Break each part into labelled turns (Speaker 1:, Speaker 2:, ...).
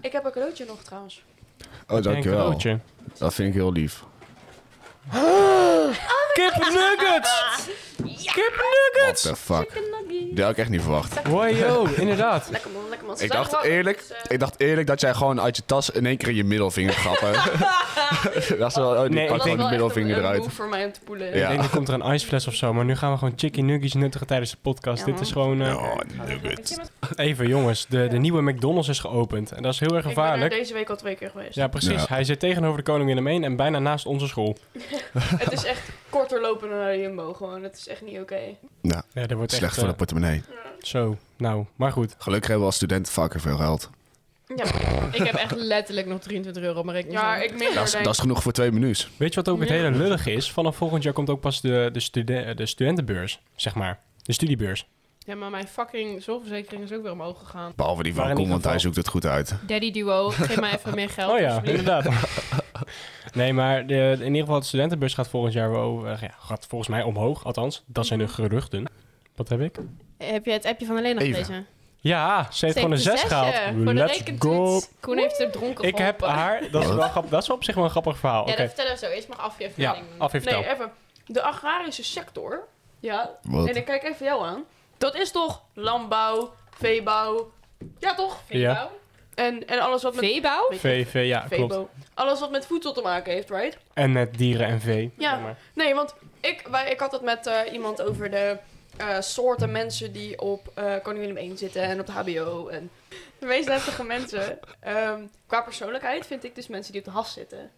Speaker 1: Ik heb een cadeautje nog trouwens.
Speaker 2: Oh,
Speaker 3: Een
Speaker 2: dankjewel.
Speaker 3: cadeautje.
Speaker 2: Dat vind ik heel lief.
Speaker 3: Kip nuggets! Kip
Speaker 2: What
Speaker 3: nuggets!
Speaker 2: the fuck?
Speaker 1: Chicken nugget.
Speaker 2: Dat had ik echt niet verwacht.
Speaker 3: Wow, yo, inderdaad.
Speaker 1: Lekker man, lekker man. Ze
Speaker 2: Ik
Speaker 1: zijn
Speaker 2: dacht,
Speaker 1: gewoon-
Speaker 2: eerlijk,
Speaker 1: ze-
Speaker 2: ik dacht eerlijk dat jij gewoon uit je tas in één keer je middelvinger grappen. dat is wel, oh, die
Speaker 3: Nee,
Speaker 1: Dat
Speaker 2: pak
Speaker 3: ik
Speaker 1: was
Speaker 2: gewoon
Speaker 1: wel
Speaker 2: de
Speaker 1: echt
Speaker 2: middelvinger
Speaker 1: een, een
Speaker 2: eruit.
Speaker 1: move voor mij om te poelen.
Speaker 2: Ja.
Speaker 3: Ik denk, er komt er een ijsfles of zo. Maar nu gaan we gewoon chicken nuggets nuttigen tijdens de podcast.
Speaker 1: Ja,
Speaker 3: Dit
Speaker 1: man.
Speaker 3: is gewoon... eh,
Speaker 2: Oh, nugget.
Speaker 3: Even jongens, de, de nieuwe McDonald's is geopend. En dat is heel erg
Speaker 1: Ik ben er dus.
Speaker 3: gevaarlijk.
Speaker 1: deze week al twee keer geweest.
Speaker 3: Ja, precies.
Speaker 2: Ja.
Speaker 3: Hij zit tegenover de Koning Willemijn en bijna naast onze school.
Speaker 1: Het is echt korter lopen dan naar de Jumbo gewoon. Het is echt niet oké.
Speaker 2: Nou,
Speaker 3: Ja, dat wordt
Speaker 2: slecht
Speaker 3: echt...
Speaker 2: voor de
Speaker 3: eh,
Speaker 2: portemonnee.
Speaker 3: Zo, nou, maar goed.
Speaker 2: Gelukkig hebben we als studenten vaker veel geld.
Speaker 1: Ja,
Speaker 4: Ik heb echt letterlijk nog 23 euro op mijn rekening
Speaker 1: ja,
Speaker 4: staan.
Speaker 1: ik minder
Speaker 2: Dat is,
Speaker 1: denk
Speaker 2: dat is genoeg voor twee menus.
Speaker 3: Weet je wat ook het
Speaker 1: Ja.
Speaker 3: hele lullige is? Vanaf volgend jaar komt ook pas de, de, stude- eh, de studentenbeurs, zeg maar. De studiebeurs.
Speaker 4: Ja, maar mijn fucking zorgverzekering is ook weer omhoog gegaan.
Speaker 2: Behalve die van
Speaker 3: Maar in
Speaker 2: Koen,
Speaker 3: ieder
Speaker 2: want hij
Speaker 3: geval-
Speaker 2: zoekt het goed uit.
Speaker 4: Daddy Duo, geef mij even meer geld.
Speaker 3: Oh ja,
Speaker 4: alsjeblieft.
Speaker 3: inderdaad. nee, maar de, in ieder geval de studentenbeurs gaat volgend jaar wel, eh, ja, gaat volgens mij omhoog. Althans, dat
Speaker 4: Mhm.
Speaker 3: zijn de geruchten. Wat heb ik?
Speaker 4: Heb je het appje van alleen nog
Speaker 2: Even.
Speaker 4: gelezen?
Speaker 3: Ja, ze heeft gewoon een 6 gehaald.
Speaker 4: Voor de
Speaker 3: Let's go.
Speaker 4: rekentoets. Koen heeft er dronken
Speaker 3: Ik heb
Speaker 4: geholpen.
Speaker 3: haar... Dat is, wel grappig, dat is op zich wel een grappig verhaal.
Speaker 4: Ja,
Speaker 3: Oké.
Speaker 4: dat vertellen we zo. Eerst mag af je
Speaker 3: Ja,
Speaker 4: vertelling doen.
Speaker 3: af je vertel.
Speaker 1: Nee, even. De agrarische sector. Ja.
Speaker 2: Wat?
Speaker 1: En ik kijk even jou aan. Dat is toch landbouw, veebouw. Ja, toch?
Speaker 3: Ja.
Speaker 1: En, en alles wat met...
Speaker 4: Veebouw?
Speaker 3: VV, ja, klopt.
Speaker 1: Veebouw. Alles wat met voedsel te maken heeft, right?
Speaker 3: En met dieren en vee.
Speaker 1: Ja. Nee, want ik, wij, ik had het met eh, iemand over de eh, soorten mensen die op eh Koning Willem 1 zitten en op de HBO. En de meest heftige mensen, ehm, qua persoonlijkheid, vind ik dus mensen die op de has zitten.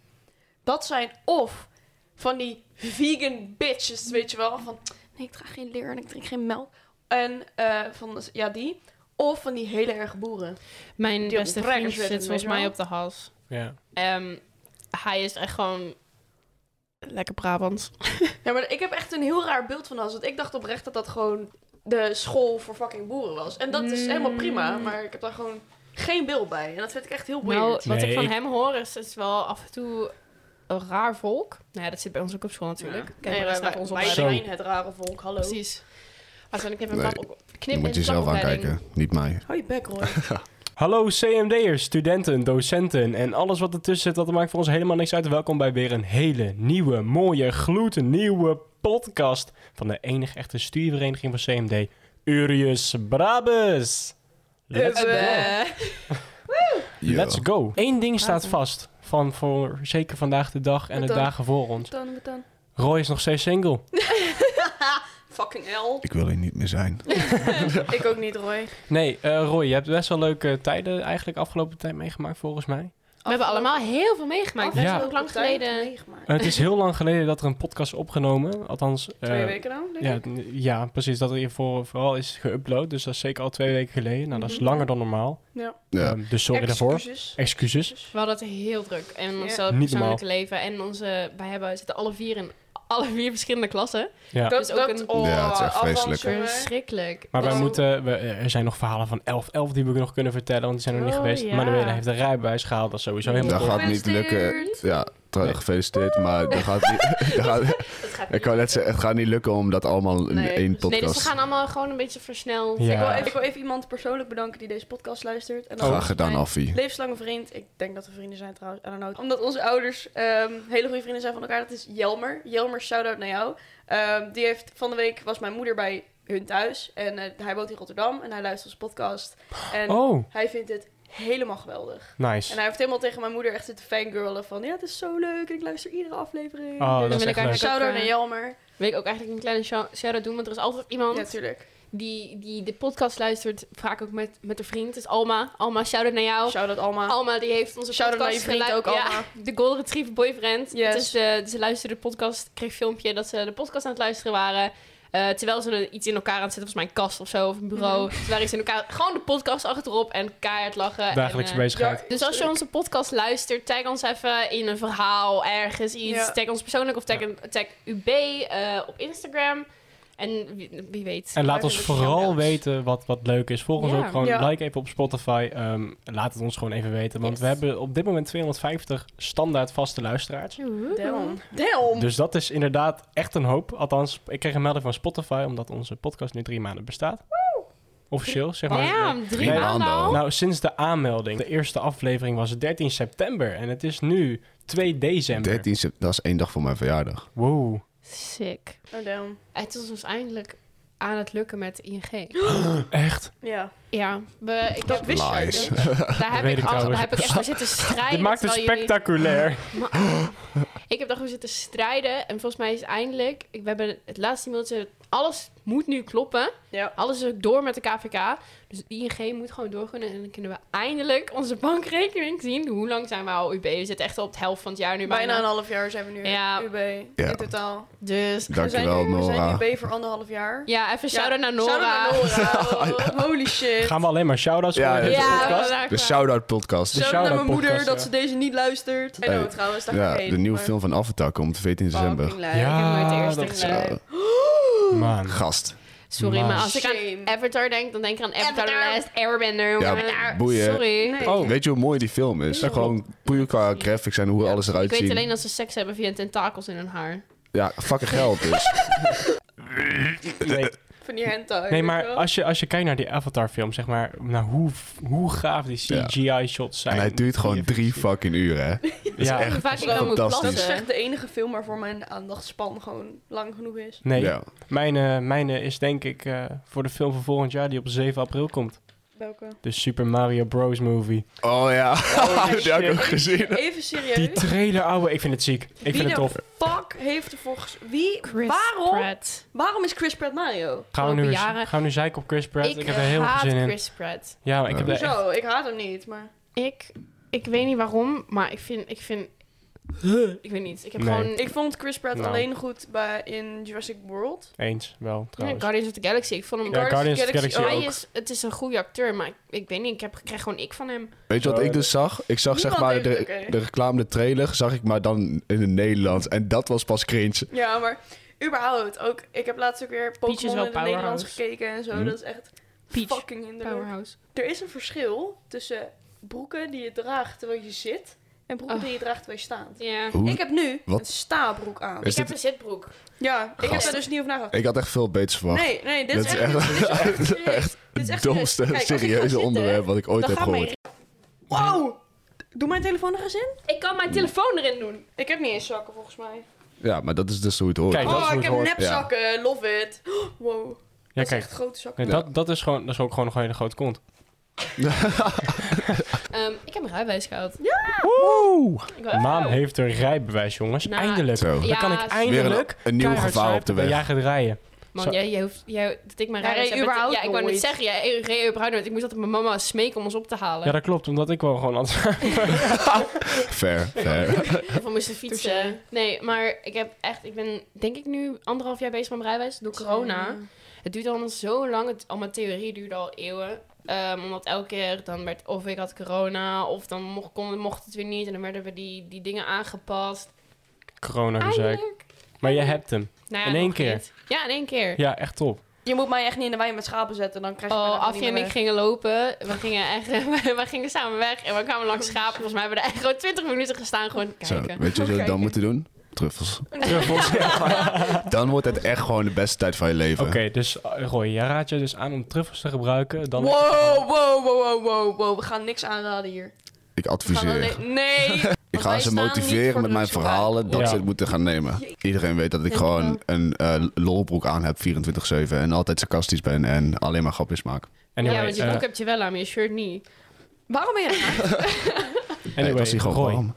Speaker 1: Dat zijn of van die vegan bitches, weet je wel. Van, nee, ik draag geen leer en ik drink geen melk. En eh, van, ja, die. Of van die hele erge boeren.
Speaker 4: Mijn
Speaker 1: Die op
Speaker 4: beste
Speaker 1: de crackers
Speaker 4: vriend
Speaker 1: zitten,
Speaker 4: zit volgens
Speaker 1: weet je
Speaker 4: mij
Speaker 1: wel.
Speaker 4: op de hals.
Speaker 3: Ja.
Speaker 4: Ehm, hij is echt gewoon... Lekker Brabants.
Speaker 1: Ja, maar ik heb echt een heel raar beeld van Hans. Want ik dacht oprecht dat dat gewoon de school voor fucking boeren was. En dat is
Speaker 4: Mm.
Speaker 1: helemaal prima, maar ik heb daar gewoon geen beeld bij. En dat vind ik echt heel weird.
Speaker 4: Nou, wat
Speaker 3: Nee,
Speaker 4: ik van
Speaker 3: ik-
Speaker 4: hem hoor is, het is wel af en toe een raar volk. Nou ja, dat zit bij ons ook op school natuurlijk. Kijk maar
Speaker 1: nee,
Speaker 4: eens
Speaker 1: wij,
Speaker 4: naar
Speaker 1: wij,
Speaker 4: onze
Speaker 1: wij
Speaker 3: Zo.
Speaker 4: opleiding.
Speaker 1: zijn het rare volk, hallo.
Speaker 4: Precies. Waarschijnlijk even
Speaker 2: Nee,
Speaker 4: een pap- knip
Speaker 2: Je
Speaker 4: in
Speaker 2: moet
Speaker 4: de
Speaker 2: jezelf
Speaker 4: papopleiding.
Speaker 2: aankijken, niet mij.
Speaker 1: Hoi, back, Roy.
Speaker 3: Hallo CMD'ers, studenten, docenten en alles wat ertussen zit, dat maakt voor ons helemaal niks uit. Welkom bij weer een hele nieuwe, mooie, gloednieuwe podcast van de enige echte studievereniging van CMD, Urius Brabus. Let's go.
Speaker 4: Eh,
Speaker 2: Yo.
Speaker 3: Let's go. Eén ding staat vast, van voor zeker vandaag de dag en
Speaker 1: Wat
Speaker 3: de
Speaker 1: dan?
Speaker 3: dagen voor ons.
Speaker 1: dan, wat dan.
Speaker 3: Roy is nog steeds single.
Speaker 1: Fucking hell.
Speaker 2: Ik wil hier niet meer zijn.
Speaker 1: ik ook niet, Roy.
Speaker 3: Nee, eh, Roy, je hebt best wel leuke tijden eigenlijk afgelopen tijd meegemaakt volgens mij.
Speaker 4: we hebben allemaal heel veel
Speaker 1: Oh,
Speaker 4: meegemaakt.
Speaker 3: Ja.
Speaker 4: Dat is ook lang geleden.
Speaker 3: Eh, het is heel lang geleden dat er een podcast is opgenomen, althans... eh,
Speaker 1: Twee weken nou, denk
Speaker 3: Ja,
Speaker 1: ik.
Speaker 3: n- ja, precies. Dat er hiervoor vooral is geüpload. Dus dat is zeker al twee weken geleden. Nou, dat is
Speaker 1: Mhm.
Speaker 3: langer dan normaal.
Speaker 1: Ja.
Speaker 2: Ja.
Speaker 3: Ehm, dus sorry daarvoor.
Speaker 1: Excuses.
Speaker 3: Excuses.
Speaker 4: We hadden het heel druk. En ons
Speaker 1: Ja.
Speaker 3: Niet
Speaker 4: persoonlijke leven. En onze, wij hebben, zitten alle vier in alle vier verschillende klassen.
Speaker 3: Ja.
Speaker 1: Dat
Speaker 4: is
Speaker 1: is
Speaker 4: ook
Speaker 1: ook
Speaker 4: een-
Speaker 1: een... Oh,
Speaker 2: Ja, het is echt
Speaker 1: afstand,
Speaker 2: vreselijk.
Speaker 1: jongen.
Speaker 4: Verschrikkelijk.
Speaker 3: Maar wij
Speaker 1: Oh.
Speaker 3: moeten, we, eh, er zijn nog verhalen van 11-11 die we nog kunnen vertellen, want die zijn nog niet
Speaker 4: Oh,
Speaker 3: geweest.
Speaker 4: ja.
Speaker 3: Manuela heeft een rijbewijs gehaald, dat is sowieso helemaal
Speaker 2: Dat
Speaker 3: goed.
Speaker 2: gaat niet lukken.
Speaker 1: Gefeliciteerd.
Speaker 2: Ja, trouw- gefeliciteerd, maar dat gaat niet... dat gaat-
Speaker 1: Dat gaat
Speaker 2: Ik kan net zeggen, het gaat niet lukken om dat allemaal in
Speaker 1: Nee,
Speaker 2: één
Speaker 1: dus-
Speaker 4: Nee, dus we
Speaker 2: podcast...
Speaker 4: gaan allemaal gewoon een beetje versnel.
Speaker 3: Ja.
Speaker 1: Ik, wil even, ik wil even iemand persoonlijk bedanken die deze podcast luistert. En
Speaker 3: Oh.
Speaker 2: Graag gedaan,
Speaker 1: mijn
Speaker 2: Affie.
Speaker 1: Levenslange vriend. Ik denk dat we vrienden zijn trouwens. I don't know. Omdat onze ouders ehm, hele goede vrienden zijn van elkaar. Dat is Jelmer. Jelmer, shout-out naar jou. Ehm, die heeft van de week was mijn moeder bij hun thuis. En eh, hij woont in Rotterdam en hij luistert onze podcast. En
Speaker 3: Oh,
Speaker 1: hij vindt het helemaal geweldig.
Speaker 3: nice.
Speaker 1: En hij heeft helemaal tegen mijn moeder echt zitten fangirlen van... Ja, het is zo leuk en ik luister iedere aflevering. Dus
Speaker 3: Oh, dat
Speaker 4: Dan
Speaker 3: is
Speaker 4: wil ik
Speaker 3: echt leuk.
Speaker 4: eigenlijk ook,
Speaker 1: Shout-out
Speaker 4: eh,
Speaker 1: naar Jelmer.
Speaker 4: wil ik ook eigenlijk een kleine shou- shout-out doen. Want er is altijd iemand
Speaker 1: Natuurlijk.
Speaker 4: die, die de podcast luistert. Vaak ook met, met een vriend. Dus Alma. Alma, shout-out naar jou.
Speaker 1: Shout-out Alma.
Speaker 4: Alma die heeft onze
Speaker 1: Shout-out
Speaker 4: podcast
Speaker 1: naar je vriend ook,
Speaker 4: gelu- Ja, de Golden Retriever boyfriend.
Speaker 1: Yes.
Speaker 4: Dus eh, ze luisterde de podcast, kreeg een filmpje dat ze de podcast aan het luisteren waren. eh, terwijl ze er iets in elkaar aan het zetten, volgens mij een kast of zo, of een bureau.
Speaker 1: Mhm.
Speaker 4: Ze waren iets in elkaar, gewoon de podcast achterop en keihard lachen.
Speaker 3: Dagelijkse
Speaker 4: en, eh,
Speaker 3: bezigheid.
Speaker 4: Dus als je onze podcast luistert, tag ons even in een verhaal, ergens iets.
Speaker 1: Ja.
Speaker 4: Tag ons persoonlijk of tag, tag UB eh, op Instagram. En wie, wie weet.
Speaker 3: En laat
Speaker 1: Maak
Speaker 3: ons
Speaker 1: het
Speaker 3: vooral
Speaker 1: shout-outs.
Speaker 3: weten wat, wat leuk is. Volg ons
Speaker 4: Ja.
Speaker 3: ook gewoon.
Speaker 1: Ja.
Speaker 3: Like even op Spotify. Ehm, laat het ons gewoon even weten. Want
Speaker 4: Yes.
Speaker 3: we hebben op dit moment 250 standaard vaste luisteraars.
Speaker 1: Damn. Damn.
Speaker 3: Dus dat is inderdaad echt een hoop. Althans, ik kreeg een melding van Spotify omdat onze podcast nu drie maanden bestaat. Officieel, zeg maar.
Speaker 4: Ja, drie
Speaker 2: Nee,
Speaker 4: maanden
Speaker 2: maanden
Speaker 4: al.
Speaker 2: al.
Speaker 3: Nou, sinds de aanmelding. De eerste aflevering was 13 september. En het is nu 2 december.
Speaker 2: 13 september, dat is één dag voor mijn verjaardag.
Speaker 3: Wow.
Speaker 4: Sick.
Speaker 1: Oh, damn.
Speaker 4: Het is ons eindelijk aan het lukken met ING.
Speaker 3: Echt?
Speaker 1: Ja.
Speaker 4: Ja, we, ik
Speaker 1: Dat
Speaker 4: heb,
Speaker 1: wist jij
Speaker 2: Lies.
Speaker 1: dus.
Speaker 4: daar, heb
Speaker 3: weet
Speaker 4: ik
Speaker 3: ik
Speaker 4: al,
Speaker 3: trouwens.
Speaker 4: daar heb ik echt voor zitten strijden.
Speaker 3: Dit maakt het
Speaker 4: terwijl jullie-
Speaker 3: spectaculair.
Speaker 4: Maar- ik heb daarvoor zitten strijden. En volgens mij is eindelijk... ik- We hebben het laatste mailtje... Alles moet nu kloppen.
Speaker 1: Ja.
Speaker 4: Alles is ook door met de KVK. Dus ING moet gewoon doorgunnen. En dan kunnen we eindelijk onze bankrekening zien. Hoe lang zijn we al UB? We zitten echt al op het helft van het jaar nu bijna.
Speaker 1: Bijna een half jaar zijn we nu
Speaker 4: Ja.
Speaker 1: UB
Speaker 2: Ja.
Speaker 1: in totaal.
Speaker 4: Dus...
Speaker 1: we zijn
Speaker 2: Dankjewel,
Speaker 1: nu, We zijn
Speaker 2: Nora.
Speaker 1: nu B voor anderhalf jaar.
Speaker 4: Ja, even shout-out naar Nora.
Speaker 1: Shout-out naar Nora. Oh, Holy shit.
Speaker 3: Gaan we alleen maar shout-outs
Speaker 2: Ja, ja.
Speaker 3: voor deze
Speaker 4: Ja,
Speaker 3: podcast?
Speaker 4: we waren
Speaker 2: De
Speaker 4: klaar.
Speaker 2: shout-out podcast.
Speaker 3: De
Speaker 1: Shout-out naar mijn
Speaker 3: shout-out
Speaker 1: moeder
Speaker 3: podcast,
Speaker 1: dat
Speaker 3: ja.
Speaker 1: ze deze niet luistert. En
Speaker 2: Hey,
Speaker 1: oh, trouwens, daar ga
Speaker 2: Ja,
Speaker 1: ik heen.
Speaker 2: de nieuwe
Speaker 1: maar-
Speaker 2: film van Avatar komt 14 december.
Speaker 1: Fucking lijp.
Speaker 3: Ja,
Speaker 4: ik heb nooit de
Speaker 3: dat
Speaker 4: eerste
Speaker 3: is
Speaker 4: gelezen.
Speaker 2: Zo,
Speaker 3: Man.
Speaker 2: gast.
Speaker 4: Sorry,
Speaker 3: Maar-
Speaker 4: maar als ik
Speaker 1: Shame.
Speaker 4: aan Avatar denk, dan denk ik aan Avatar, The
Speaker 1: Avatar.
Speaker 4: Last Airbender.
Speaker 2: Ja,
Speaker 4: maar-
Speaker 2: boeien.
Speaker 4: Sorry.
Speaker 1: Nee.
Speaker 3: Oh.
Speaker 2: Weet je hoe mooi die film is?
Speaker 3: Ja,
Speaker 2: Gewoon puur qua graphics en hoe alles
Speaker 4: Ik
Speaker 2: eruit
Speaker 4: weet alleen
Speaker 2: ziet.
Speaker 4: dat ze seks hebben via tentakels in hun haar.
Speaker 2: Ja, fucking geld dus.
Speaker 3: Nee,
Speaker 1: Van die hentai.
Speaker 3: nee,
Speaker 1: weet
Speaker 3: maar
Speaker 1: je wel.
Speaker 3: als je, als je kijkt naar die Avatar-film, zeg maar, nou, hoe, hoe gaaf die
Speaker 2: Ja.
Speaker 3: CGI-shots zijn.
Speaker 2: En hij duurt gewoon drie fucking uren, hè?
Speaker 3: Ja,
Speaker 2: echt
Speaker 4: Vaak ik dan moet
Speaker 2: fantastisch.
Speaker 1: Dat is
Speaker 4: plassen.
Speaker 1: echt de enige film waarvoor mijn aandachtspan gewoon lang genoeg is.
Speaker 3: nee.
Speaker 2: Ja.
Speaker 3: Mijn, eh, mijn eh, is denk ik eh, voor de film van volgend jaar die op 7 april komt.
Speaker 1: Welke?
Speaker 3: De Super Mario Bros. movie.
Speaker 2: Oh ja, die heb ik ook gezien.
Speaker 1: Even
Speaker 3: Die
Speaker 1: serieus.
Speaker 3: trailer, ouwe, ik vind het ziek. Ik
Speaker 1: Wie
Speaker 3: vind het
Speaker 1: de
Speaker 4: nou?
Speaker 3: tof.
Speaker 1: fuck heeft ervoor ges- Wie?
Speaker 4: Chris
Speaker 1: waarom?
Speaker 4: Pratt.
Speaker 1: Waarom is Chris Pratt Mario?
Speaker 3: Gaan we, nu,
Speaker 4: jaren-
Speaker 3: gaan we nu zeiken op Chris Pratt? Ik,
Speaker 4: ik eh,
Speaker 3: heb er heel
Speaker 4: haat
Speaker 3: veel zin in.
Speaker 4: Chris Pratt.
Speaker 3: Ja, maar ik heb er echt...
Speaker 1: Zo, ik haat hem niet, maar...
Speaker 4: Ik, ik weet niet waarom, maar ik vind... Ik, vind, ik weet niet. Ik heb
Speaker 3: Nee.
Speaker 4: gewoon...
Speaker 1: Ik vond Chris Pratt
Speaker 3: Nou.
Speaker 1: alleen goed bij, in Jurassic World.
Speaker 3: Eens, wel, trouwens.
Speaker 4: Guardians of the Galaxy. Ik vond hem...
Speaker 3: Ja, Guardians of the Galaxy
Speaker 4: hij
Speaker 3: ook.
Speaker 4: is, het is een goede acteur, maar ik, ik weet niet. Ik, heb, ik krijg gewoon ik van hem.
Speaker 2: Weet je wat
Speaker 3: Zo,
Speaker 2: ik dus zag? Ik zag zeg
Speaker 1: Niemand
Speaker 2: maar
Speaker 1: heeft
Speaker 2: de,
Speaker 1: het, oké.
Speaker 2: de reclame, de trailer, zag ik maar dan in het Nederlands. En dat was pas cringe.
Speaker 1: Ja, maar überhaupt. Ook, ik heb laatst ook weer
Speaker 4: Peach is
Speaker 1: Pokémon
Speaker 4: wel
Speaker 1: in het Nederlands
Speaker 4: powerhouse.
Speaker 1: gekeken en zo.
Speaker 2: Hm.
Speaker 1: Dat is echt
Speaker 4: Peach.
Speaker 1: fucking hinderlijk.
Speaker 4: Powerhouse.
Speaker 1: Er is een verschil tussen broeken die je draagt terwijl je zit... en broeken
Speaker 4: Oh.
Speaker 1: die je draagt terwijl je staat.
Speaker 4: Ja.
Speaker 2: Hoe?
Speaker 1: Ik heb nu
Speaker 2: Wat?
Speaker 1: een staabroek aan.
Speaker 2: Is
Speaker 4: ik heb
Speaker 2: dit-
Speaker 4: een zitbroek.
Speaker 1: Ja, ik heb
Speaker 2: Gast.
Speaker 1: er dus niet over nagedacht.
Speaker 2: Ik had echt veel beters verwacht.
Speaker 1: Nee, nee, dit
Speaker 2: Dat
Speaker 1: is
Speaker 2: is
Speaker 1: echt...
Speaker 2: echt-
Speaker 1: dit is echt serieus. Dit is
Speaker 2: Het
Speaker 1: echt
Speaker 2: domste,
Speaker 1: serieus. Kijk, als ik ga
Speaker 2: serieuze
Speaker 1: zitten,
Speaker 2: onderwerp wat ik ooit
Speaker 1: Dan
Speaker 2: heb
Speaker 1: gaat
Speaker 2: gehoord.
Speaker 1: mijn... Wow! Doe mijn telefoon er eens in?
Speaker 4: Ik kan mijn telefoon erin doen.
Speaker 1: Ik heb niet eens zakken, volgens mij.
Speaker 2: Ja, maar dat is dus hoe het hoort.
Speaker 3: Kijk, dat is
Speaker 1: oh,
Speaker 3: hoe
Speaker 1: ik
Speaker 3: het
Speaker 1: heb
Speaker 3: hoort.
Speaker 1: nepzakken. Love it. Wow. Dat
Speaker 3: Ja,
Speaker 1: is
Speaker 3: kijk.
Speaker 1: echt grote zakken.
Speaker 3: Nee, dat, dat, is gewoon, dat is ook gewoon nog een hele grote kont.
Speaker 4: Ehm, ik heb een rijbewijs gehad.
Speaker 3: Woe!
Speaker 4: Ik wou- Oh.
Speaker 3: Maan heeft een rijbewijs, jongens.
Speaker 4: Nou,
Speaker 3: Eindelijk.
Speaker 2: Zo.
Speaker 3: Dan
Speaker 4: Ja,
Speaker 3: kan ik
Speaker 4: weer
Speaker 3: eindelijk...
Speaker 2: een nieuw
Speaker 3: keihard
Speaker 2: gevaar op
Speaker 3: zuipen
Speaker 2: de
Speaker 3: en
Speaker 2: weg.
Speaker 3: Jij gaat rijden. Zo.
Speaker 4: Man, jij, jij hoeft, jij, dat ik mijn
Speaker 1: Hij
Speaker 4: rijbewijs
Speaker 1: reed
Speaker 4: heb, dat-
Speaker 1: überhaupt
Speaker 4: Ja, ik wou net
Speaker 1: nooit.
Speaker 4: zeggen, jij reed überhaupt nooit. Ik moest altijd mijn mama smeken om ons op te halen.
Speaker 3: Ja, dat klopt, omdat ik wel gewoon anders...
Speaker 2: Ver, ver.
Speaker 4: Of we moesten fietsen.
Speaker 1: Touché.
Speaker 4: Nee, maar ik heb echt, ik ben denk ik nu anderhalf jaar bezig met mijn rijbewijs door corona. Het duurt allemaal zo lang, het, al mijn theorie duurde al eeuwen. Ehm, omdat elke keer dan werd of ik had corona of dan mocht, kon, mocht het weer niet en dan werden we die, die dingen aangepast.
Speaker 3: Corona gezeik.
Speaker 4: Eindelijk.
Speaker 3: Maar jij hebt hem.
Speaker 4: Nou ja,
Speaker 3: In één
Speaker 4: nog
Speaker 3: keer?
Speaker 4: niet. Ja, in één keer.
Speaker 3: Ja, echt top.
Speaker 1: Je moet mij echt niet in de wijn met schapen zetten, dan krijg je mij
Speaker 4: Oh,
Speaker 1: daarna
Speaker 4: Afje
Speaker 1: niet
Speaker 4: en
Speaker 1: meer
Speaker 4: ik gingen lopen. We gingen, echt, we gingen samen weg en we kwamen langs schapen. Volgens mij hebben we daar echt gewoon 20 minuten gestaan gewoon te
Speaker 2: Zo,
Speaker 4: kijken.
Speaker 2: weet je wat we
Speaker 1: Kijken.
Speaker 2: dan moeten doen? Truffels.
Speaker 3: Truffels.
Speaker 2: Dan wordt het echt gewoon de beste tijd van je leven.
Speaker 3: Oké, dus eh, Roy, jij raadt je dus aan om truffels te gebruiken. Dan
Speaker 1: weg. Wow, wow, wow, wow, wow, wow. We gaan niks aanraden hier.
Speaker 2: Ik
Speaker 1: We gaan
Speaker 2: adviseer.
Speaker 1: alleen- Nee!
Speaker 2: Ik ga ze motiveren met mijn verhalen dat
Speaker 3: Ja.
Speaker 2: ze het moeten gaan nemen. Iedereen weet dat ik gewoon een eh, lolbroek aan heb 24-7 en altijd sarcastisch ben en alleen maar grapjes maak.
Speaker 3: Anyway,
Speaker 4: ja, want je
Speaker 3: eh,
Speaker 4: broek heb je wel aan, maar je shirt niet.
Speaker 1: Waarom ben je
Speaker 2: Nee, het
Speaker 3: anyway,
Speaker 2: was hier gewoon
Speaker 3: Roy,
Speaker 2: warm.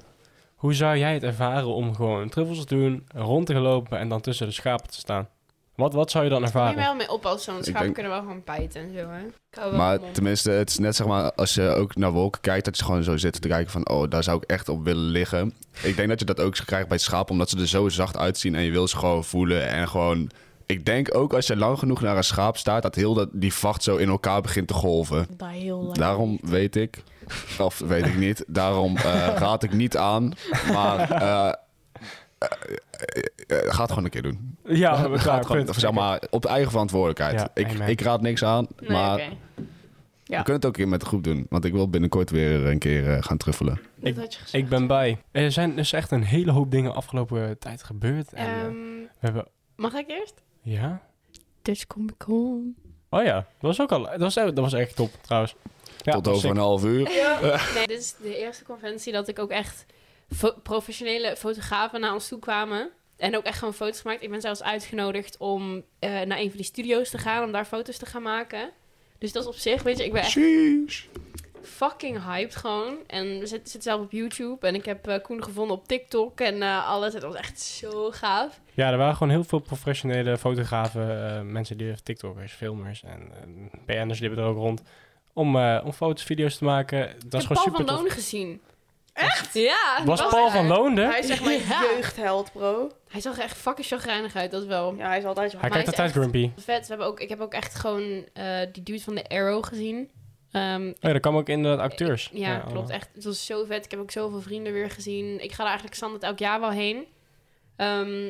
Speaker 3: hoe zou jij het ervaren om gewoon truffels te doen, rond te lopen en dan tussen de schapen te staan? Wat, wat zou je dan
Speaker 4: Daar moet je
Speaker 3: ervaren?
Speaker 4: wel mee oppassen, want
Speaker 2: Ik
Speaker 4: schapen
Speaker 2: denk-
Speaker 4: kunnen wel gewoon bijten en zo, hè. Ik hou wel
Speaker 2: Maar
Speaker 4: van mond.
Speaker 2: tenminste, het is net zeg maar als je ook naar wolken kijkt, dat je gewoon zo zit te kijken van, oh, daar zou ik echt op willen liggen. Ik denk dat je dat ook krijgt bij schapen, omdat ze er zo zacht uitzien en je wil ze gewoon voelen en gewoon. Ik denk ook als je lang genoeg naar een schaap staat, dat heel dat, die vacht zo in elkaar begint te golven.
Speaker 4: Dat heel lang.
Speaker 2: Daarom weet ik, of weet ik niet, daarom eh, raad ik niet aan. Maar eh eh, eh, eh, ga het gewoon een keer doen.
Speaker 3: Ja, we
Speaker 2: Ga
Speaker 3: klaar,
Speaker 2: het gewoon,
Speaker 3: punt.
Speaker 2: of zeg maar, op eigen verantwoordelijkheid.
Speaker 3: Ja,
Speaker 2: ik,
Speaker 3: amen.
Speaker 2: ik raad niks aan, maar
Speaker 1: Ja.
Speaker 2: we kunnen het ook een keer met de groep doen. Want ik wil binnenkort weer een keer eh, gaan truffelen.
Speaker 1: Dat had je gezegd.
Speaker 3: Ik ben bij. Er zijn dus echt een hele hoop dingen afgelopen tijd gebeurd. En, eh,
Speaker 4: Ehm,
Speaker 3: we hebben...
Speaker 4: mag ik eerst?
Speaker 3: Ja?
Speaker 4: Dutch Comic Con.
Speaker 3: Oh ja, dat was ook al. Dat was, dat was echt top trouwens. Ja,
Speaker 2: Tot
Speaker 3: dat was
Speaker 2: over een half uur.
Speaker 4: Nee, dit is de eerste conventie dat ik ook echt fo- professionele fotografen naar ons toe kwamen. En ook echt gewoon foto's gemaakt. Ik ben zelfs uitgenodigd om eh, naar een van die studio's te gaan om daar foto's te gaan maken. Dus dat is op zich, weet je, ik ben echt
Speaker 2: Sheesh.
Speaker 4: fucking hyped gewoon. En we zitten zelf op YouTube en ik heb eh, Koen gevonden op TikTok en eh, alles. Het was echt zo gaaf.
Speaker 3: Ja, er waren gewoon heel veel professionele fotografen, eh, mensen die TikTokkers, filmers en eh, BN'ers liepen er ook rond. Om, eh, om foto's, video's te maken. Dat is
Speaker 4: ik heb
Speaker 3: gewoon
Speaker 4: Paul
Speaker 3: super
Speaker 4: van
Speaker 3: tof.
Speaker 4: Loon gezien. Echt? Ja.
Speaker 3: Was
Speaker 1: was
Speaker 3: Paul
Speaker 1: hij.
Speaker 3: van Loon er?
Speaker 1: Hij is echt mijn
Speaker 4: Ja.
Speaker 1: jeugdheld, bro.
Speaker 4: Hij zag er echt fucking chagrijnig uit, dat wel.
Speaker 1: Ja, hij is altijd zo.
Speaker 3: Hij
Speaker 4: Maar
Speaker 3: kijkt
Speaker 4: hij is
Speaker 3: altijd grumpy.
Speaker 4: Vet, we hebben ook, ik heb ook echt gewoon eh, die dude van de Arrow gezien. Ehm,
Speaker 3: Oh ja, dat kwam ook inderdaad acteurs. oh.
Speaker 4: ja, klopt.
Speaker 3: allemaal.
Speaker 4: Echt, het was zo vet. Ik heb ook zoveel vrienden weer gezien. Ik ga er eigenlijk standaard elk jaar wel heen. Ehm,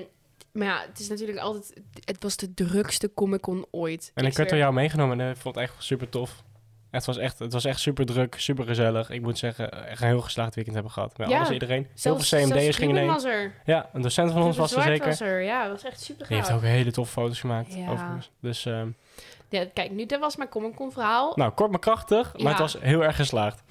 Speaker 4: maar ja, het is natuurlijk altijd... Het was de drukste Comic-Con ooit.
Speaker 3: En ik
Speaker 4: Is er-
Speaker 3: werd door jou meegenomen en ik vond het echt super tof. Het was echt, het was echt super druk, super gezellig. Ik moet zeggen, echt een heel geslaagd weekend hebben gehad. Met
Speaker 4: Ja,
Speaker 3: alles en iedereen.
Speaker 4: Zelfs,
Speaker 3: heel veel
Speaker 4: zelfs
Speaker 3: CMD'ers gingen
Speaker 4: Ruben
Speaker 3: heen.
Speaker 4: was er.
Speaker 3: Ja, een docent van ons
Speaker 4: Ruben
Speaker 3: was er
Speaker 4: Zwart
Speaker 3: zeker.
Speaker 4: was er. Ja, dat was echt super
Speaker 3: Die heeft
Speaker 4: gaaf.
Speaker 3: ook hele toffe foto's gemaakt,
Speaker 4: Ja.
Speaker 3: overigens. Dus, ehm,
Speaker 4: Ja, kijk, nu dat was mijn Comic-Con verhaal.
Speaker 3: nou, kort maar krachtig, maar
Speaker 4: Ja.
Speaker 3: het was heel erg geslaagd.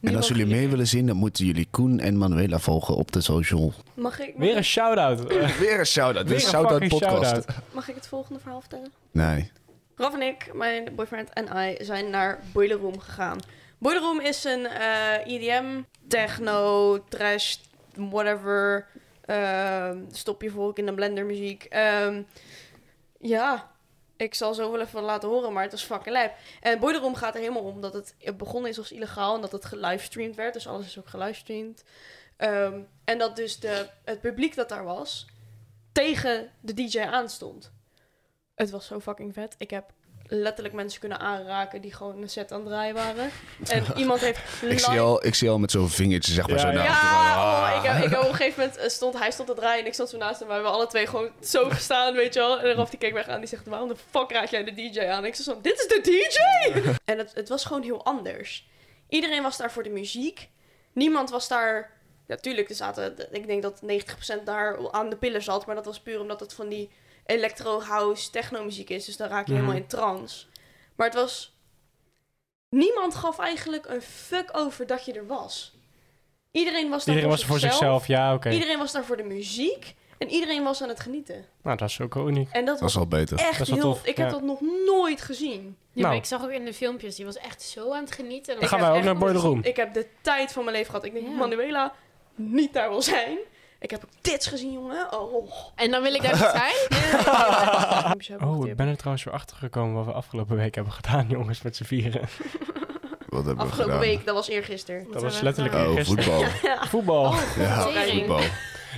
Speaker 4: Nu
Speaker 2: En als jullie
Speaker 4: wel
Speaker 2: mee
Speaker 4: gelukkig.
Speaker 2: willen zien, dan moeten jullie Koen en Manuela volgen op de social.
Speaker 1: Mag ik, mag,
Speaker 3: Weer een
Speaker 1: ik,
Speaker 3: shout-out. Eh,
Speaker 2: Weer een shout-out.
Speaker 3: Weer
Speaker 2: Dit is
Speaker 3: een
Speaker 2: shout-out
Speaker 3: fucking
Speaker 2: podcast.
Speaker 3: shout-out.
Speaker 1: mag ik het volgende verhaal vertellen?
Speaker 2: Nee.
Speaker 1: Raf en ik, mijn boyfriend en I, zijn naar Boiler Room gegaan. Boiler Room is een eh, EDM, techno, trash, whatever. ehm, stop je volk in de blender muziek. Ehm, ja, ik zal zo wel even laten horen, maar het is fucking lijp. En Boiler Room gaat er helemaal om dat het begonnen is als illegaal en dat het gelivestreamd werd. Dus alles is ook gelivestreamd. Ehm, en dat dus de, het publiek dat daar was tegen de DJ aanstond. Het was zo fucking vet. Ik heb letterlijk mensen kunnen aanraken die gewoon een set aan het draaien waren. En iemand heeft
Speaker 2: Ik zie,
Speaker 1: live-
Speaker 2: al, ik zie al met zo'n vingertje, zeg maar,
Speaker 3: Ja,
Speaker 2: zo
Speaker 3: ja.
Speaker 2: naar
Speaker 1: ja,
Speaker 2: achteren.
Speaker 1: oh, ik, heb- ik heb op een gegeven moment eh, stond hij stond te draaien en ik stond zo naast hem. We hebben alle twee gewoon zo gestaan, weet je wel. En Raf die keek weg aan die zegt, waarom de fuck raak jij de DJ aan? En ik zei zo, dit is de DJ! en het, het was gewoon heel anders. Iedereen was daar voor de muziek. Niemand was daar... Natuurlijk, er zaten, ik denk dat 90% daar aan de pillen zat. Maar dat was puur omdat het van die electro house techno muziek is. Dus dan raak je
Speaker 3: Mhm.
Speaker 1: helemaal in trance. Maar het was... Niemand gaf eigenlijk een fuck over dat je er was. Iedereen was daar
Speaker 3: Iedereen was er voor zichzelf, ja, oké.
Speaker 1: Iedereen was daar voor de muziek. En iedereen was aan het genieten.
Speaker 3: Nou, dat is ook wel uniek.
Speaker 1: En dat
Speaker 2: Dat
Speaker 1: was
Speaker 2: is al beter.
Speaker 1: echt
Speaker 3: dat is wel
Speaker 1: heel...
Speaker 3: tof,
Speaker 1: ik
Speaker 3: ja.
Speaker 1: heb dat nog nooit gezien.
Speaker 4: Ja, maar
Speaker 3: Nou.
Speaker 4: ik zag ook in de filmpjes, die was echt zo aan het genieten. En
Speaker 3: Dan
Speaker 1: Ik
Speaker 3: gaan
Speaker 1: heb
Speaker 3: wij ook
Speaker 1: echt
Speaker 3: naar Boiler Room.
Speaker 1: Ik heb de tijd van mijn leven gehad. Ik denk,
Speaker 4: Ja.
Speaker 1: Manuela, niet daar wil zijn. Ik heb ook dit gezien, jongen. Oh,
Speaker 4: En dan wil ik daar niet zijn.
Speaker 3: Oh, ik ben er trouwens weer achter gekomen wat we afgelopen week hebben gedaan, jongens, met z'n vieren.
Speaker 2: Wat hebben we
Speaker 1: Afgelopen
Speaker 2: gedaan?
Speaker 1: week, dat was eergisteren.
Speaker 3: Dat was letterlijk
Speaker 2: Oh,
Speaker 3: Gisteren.
Speaker 2: voetbal.
Speaker 3: Voetbal.
Speaker 4: Oh.
Speaker 2: Ja,
Speaker 4: tering.
Speaker 2: voetbal.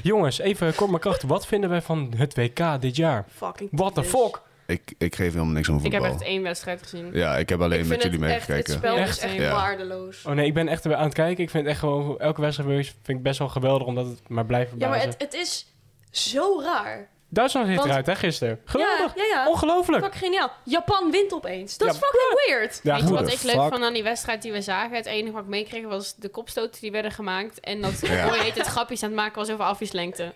Speaker 3: Jongens, even kort maar kracht. Wat vinden wij van het WK dit jaar?
Speaker 1: Fucking
Speaker 3: What the
Speaker 1: tyfus.
Speaker 3: fuck?
Speaker 2: Ik, ik geef helemaal niks om
Speaker 4: Ik heb
Speaker 2: voetbal.
Speaker 4: echt één wedstrijd gezien.
Speaker 2: Ja, ik heb
Speaker 1: Ik
Speaker 2: alleen
Speaker 1: vind
Speaker 2: met jullie
Speaker 1: het echt, het
Speaker 2: meegekeken.
Speaker 1: spel
Speaker 3: Echt?
Speaker 1: is echt
Speaker 2: Ja.
Speaker 1: waardeloos.
Speaker 3: Oh nee, ik ben echt weer aan het kijken. Ik vind het echt gewoon, elke wedstrijd weer- vind ik best wel geweldig, omdat het maar blijft
Speaker 1: Ja, maar
Speaker 3: verbazen.
Speaker 1: het, het is zo raar.
Speaker 3: Duitsland heeft
Speaker 1: want-
Speaker 3: eruit, hè, gisteren. Geweldig.
Speaker 1: Ja, ja, ja.
Speaker 3: Ongelooflijk.
Speaker 1: Fucking geniaal. Japan wint opeens. Dat
Speaker 3: Ja,
Speaker 1: is fucking weird.
Speaker 3: Ja,
Speaker 4: Weet je
Speaker 3: goed.
Speaker 4: wat
Speaker 2: the
Speaker 4: ik leuk
Speaker 2: fuck?
Speaker 4: vond aan die wedstrijd die we zagen? Het enige wat ik meekreeg was de kopstoten die werden gemaakt. En dat
Speaker 2: Ja.
Speaker 4: hoe heet het grapjes aan het maken was over afvieslengte.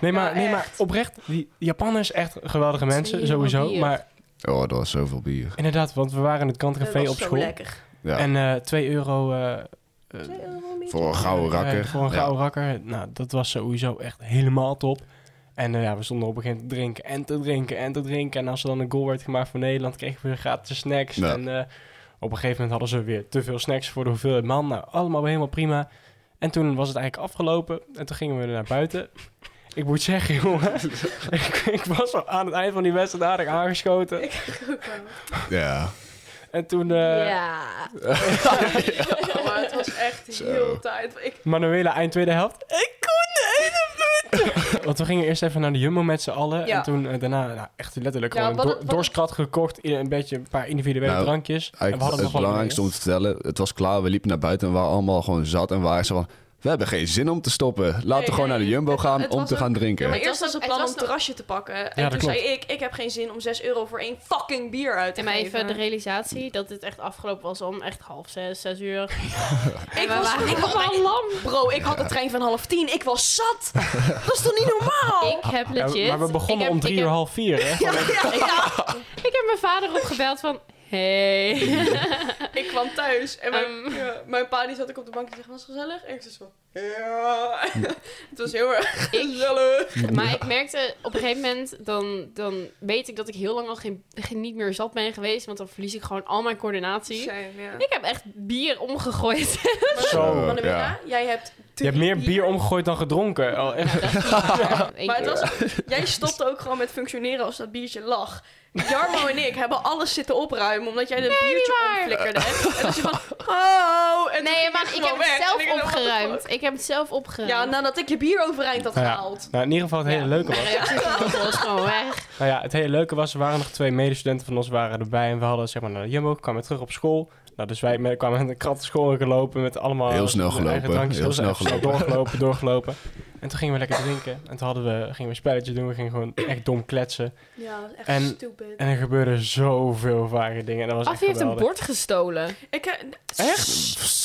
Speaker 3: Nee, maar,
Speaker 1: Ja,
Speaker 3: nee, maar oprecht, die Japanners echt geweldige mensen,
Speaker 4: helemaal
Speaker 3: sowieso.
Speaker 4: bier.
Speaker 3: Maar
Speaker 2: Oh, dat was zoveel bier.
Speaker 3: inderdaad, want we waren in het
Speaker 1: Dat
Speaker 3: kantcafé
Speaker 1: was
Speaker 3: op
Speaker 1: zo
Speaker 3: school.
Speaker 1: lekker.
Speaker 2: Ja,
Speaker 3: En eh 2 euro... eh, eh,
Speaker 1: Twee euro een beetje.
Speaker 2: voor een gouden rakker.
Speaker 3: eh, voor een gouden rakker. Nou, dat was sowieso echt helemaal top. En eh, ja, we stonden op een gegeven moment te drinken en te drinken en te drinken. En als er dan een goal werd gemaakt voor Nederland, kregen we weer gratis snacks.
Speaker 2: Ja.
Speaker 3: En eh, op een gegeven moment hadden ze weer te veel snacks voor de hoeveelheid man. Nou, allemaal helemaal prima. En toen was het eigenlijk afgelopen. En toen gingen we naar buiten. Ik moet zeggen, jongen, ik, ik was al aan het eind van die wedstrijd aardig aangeschoten.
Speaker 2: Ja. ja.
Speaker 3: En toen eh,
Speaker 4: ja.
Speaker 1: Maar het was echt
Speaker 2: Zo.
Speaker 1: heel tijd. Ik,
Speaker 3: Manuela eind tweede helft. Ik kon de ene punt. Want we gingen eerst even naar de Jumbo met z'n allen.
Speaker 1: Ja.
Speaker 3: En toen eh, daarna nou, echt letterlijk
Speaker 1: Ja,
Speaker 3: gewoon
Speaker 1: wat
Speaker 3: do-
Speaker 1: het- wat-
Speaker 3: dorskrat gekocht. i- Een beetje een paar individuele
Speaker 2: Nou,
Speaker 3: drankjes. En we
Speaker 2: Eigenlijk
Speaker 3: hadden
Speaker 2: het
Speaker 3: nog wel
Speaker 2: belangrijkste om te vertellen, het was klaar, we liepen naar buiten en we waren allemaal gewoon zat en we waren zo van... We hebben geen zin om te stoppen. Laten we
Speaker 1: Nee,
Speaker 2: gewoon
Speaker 1: nee.
Speaker 2: naar de Jumbo
Speaker 1: Het-
Speaker 2: gaan
Speaker 1: het
Speaker 2: om
Speaker 1: was
Speaker 2: te
Speaker 1: ook-
Speaker 2: gaan drinken.
Speaker 1: Ja, maar
Speaker 4: Het
Speaker 1: eerst
Speaker 4: was
Speaker 1: was het
Speaker 4: het
Speaker 1: plan
Speaker 4: was
Speaker 1: om een
Speaker 4: nog-
Speaker 1: terrasje te pakken. En
Speaker 3: dat
Speaker 1: toen
Speaker 3: klopt.
Speaker 1: zei ik, ik heb geen zin om 6 euro voor één fucking bier uit te
Speaker 4: En maar
Speaker 1: geven.
Speaker 4: even de realisatie dat dit echt afgelopen was om echt half zes, zes uur.
Speaker 1: ik
Speaker 4: we
Speaker 1: was
Speaker 4: waren
Speaker 1: ik was-
Speaker 4: allemaal lam.
Speaker 1: Bro, ik had de trein van half tien. Ik was zat. Dat is toch niet normaal?
Speaker 4: Ik heb
Speaker 3: Ja,
Speaker 4: legit...
Speaker 3: maar we
Speaker 4: ik
Speaker 3: begonnen
Speaker 4: heb-
Speaker 3: om drie
Speaker 4: ik
Speaker 3: uur,
Speaker 4: heb-
Speaker 3: half vier, hè?
Speaker 1: Ja, ja, ja.
Speaker 4: Ik heb mijn vader opgebeld van... Hey.
Speaker 1: Ik kwam thuis en mijn,
Speaker 4: Ehm.
Speaker 1: ja, mijn pa die zat ik op de bank en zegt, was het gezellig? En ik zei van, ja. het was heel erg
Speaker 4: Ik-
Speaker 1: gezellig.
Speaker 4: Maar ik merkte op een gegeven moment, dan, dan weet ik dat ik heel lang al geen, geen, niet meer zat ben geweest. Want dan verlies ik gewoon al mijn coördinatie.
Speaker 1: Zijn, ja.
Speaker 4: Ik heb echt bier omgegooid.
Speaker 3: Zo.
Speaker 4: Oh,
Speaker 1: Maar Manuela,
Speaker 2: Ja.
Speaker 1: jij hebt
Speaker 3: Je hebt meer bier omgegooid dan gedronken. Oh, echt.
Speaker 4: Ik-
Speaker 1: Maar het was, jij stopte ook gewoon met functioneren als dat biertje lag. Jarmo en ik hebben alles zitten opruimen omdat jij dat biertje
Speaker 4: waar.
Speaker 1: omflikkerde. En toen was je van, oh. En toen
Speaker 4: Nee,
Speaker 1: ging
Speaker 4: maar
Speaker 1: je
Speaker 4: ik
Speaker 1: gewoon
Speaker 4: heb het
Speaker 1: weg. En ik
Speaker 4: zelf
Speaker 1: dacht, what the
Speaker 4: opgeruimd.
Speaker 1: fuck?
Speaker 4: Ik heb het zelf opgeruimd.
Speaker 1: Ja, nou- nadat ik je bier overeind had
Speaker 3: Nou ja.
Speaker 1: gehaald.
Speaker 3: Nou, in ieder geval het hele leuke was.
Speaker 4: was gewoon weg.
Speaker 3: Nou ja, het hele leuke was, er waren nog twee medestudenten van ons waren erbij. En we hadden zeg maar naar de Jumbo, kwamen terug op school. Nou, dus wij met- kwamen met een krat school gelopen met allemaal...
Speaker 2: Heel snel
Speaker 3: eigen
Speaker 2: gelopen,
Speaker 3: drankjes.
Speaker 2: heel snel
Speaker 3: echt
Speaker 2: gelopen.
Speaker 3: Doorgelopen, doorgelopen. En toen gingen we lekker drinken. En toen hadden we, gingen we een spelletje doen, we gingen gewoon echt dom kletsen.
Speaker 1: Ja, dat is echt
Speaker 3: En-
Speaker 1: stupid.
Speaker 3: En er gebeurden zoveel vage dingen. En dat was
Speaker 4: Af
Speaker 3: echt
Speaker 4: heeft een
Speaker 3: geweldig.
Speaker 4: bord gestolen.
Speaker 1: Ik, eh,
Speaker 3: Echt?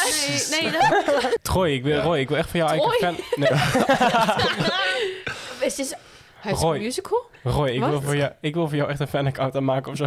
Speaker 1: Nee, nee, dat
Speaker 3: Troy, ik wil,
Speaker 2: Ja.
Speaker 3: Roy, ik wil echt van jou eigenlijk een fan... Nee,
Speaker 4: Is dit High School
Speaker 3: Gooi.
Speaker 4: Musical?
Speaker 3: Roy, ik wil,
Speaker 4: Wat?
Speaker 3: voor jou, ik wil voor jou echt een fanaccount aanmaken of zo.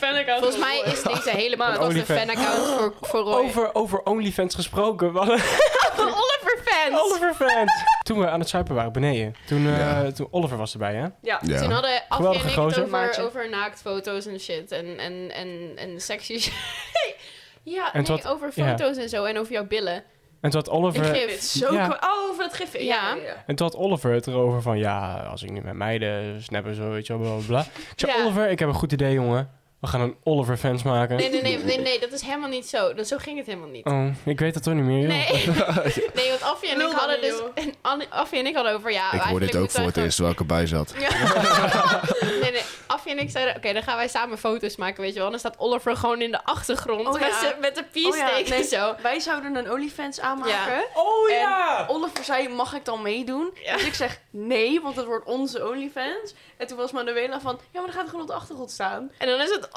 Speaker 1: ben ik
Speaker 4: Volgens mij is deze hele
Speaker 3: Met
Speaker 4: maand was een
Speaker 3: Oliver.
Speaker 4: fanaccount voor, voor Roy.
Speaker 3: Over, over OnlyFans gesproken, we hadden
Speaker 4: Oliver fans!
Speaker 3: Oliver fans. Toen we aan het zuipen waren beneden, toen, eh,
Speaker 2: Ja.
Speaker 3: toen Oliver was erbij, hè?
Speaker 1: Ja.
Speaker 2: Ja.
Speaker 4: Toen hadden Afje en
Speaker 3: Geweldige
Speaker 4: ik het
Speaker 3: gozer.
Speaker 4: over,
Speaker 1: Maatje.
Speaker 4: over naaktfoto's en shit. En, en, en, en sexy shit. ja,
Speaker 3: En
Speaker 4: nee,
Speaker 3: tot-
Speaker 4: over
Speaker 3: ja.
Speaker 4: foto's en zo. En over jouw billen.
Speaker 3: En toen had
Speaker 4: Ik
Speaker 3: Oliver,
Speaker 4: geef-
Speaker 1: Dit is zo
Speaker 3: Ja.
Speaker 1: kwa- Oh, over dat gif.
Speaker 4: Ja.
Speaker 3: en toen had Oliver het erover van, ja, als ik nu met meiden snap en zo, weet je wel, bla, bla, bla. Ik zei,
Speaker 4: Ja.
Speaker 3: Oliver, ik heb een goed idee, jongen. We gaan een Oliver fans maken.
Speaker 4: Nee, nee, nee, nee, nee, dat is helemaal niet zo. Dat, zo ging het helemaal niet.
Speaker 3: Oh, ik weet dat toch niet meer, joh.
Speaker 4: Nee. nee, want Affie en
Speaker 1: Lul
Speaker 4: ik hadden
Speaker 1: dan,
Speaker 4: dus... En Anne- Affie en ik hadden over, ja...
Speaker 2: Ik hoor
Speaker 4: eigenlijk
Speaker 2: dit ook
Speaker 4: moeten
Speaker 2: voor
Speaker 4: wij
Speaker 2: het eerst terwijl ik erbij zat.
Speaker 4: gewoon- Nee, nee, Affie en ik zeiden, oké, dan gaan wij samen foto's maken, weet je wel. En dan staat Oliver gewoon in de achtergrond
Speaker 1: Oh, ja.
Speaker 4: met, z'n- met de pie
Speaker 1: Oh, ja.
Speaker 4: steek
Speaker 1: Nee.
Speaker 4: en zo.
Speaker 1: Wij zouden een OnlyFans aanmaken.
Speaker 3: Oh
Speaker 1: En Oliver zei, mag ik dan meedoen? Dus ik zeg nee, want het wordt onze OnlyFans. En toen was Manuela van, ja, maar dan gaat het gewoon op de achtergrond staan.
Speaker 4: En dan is het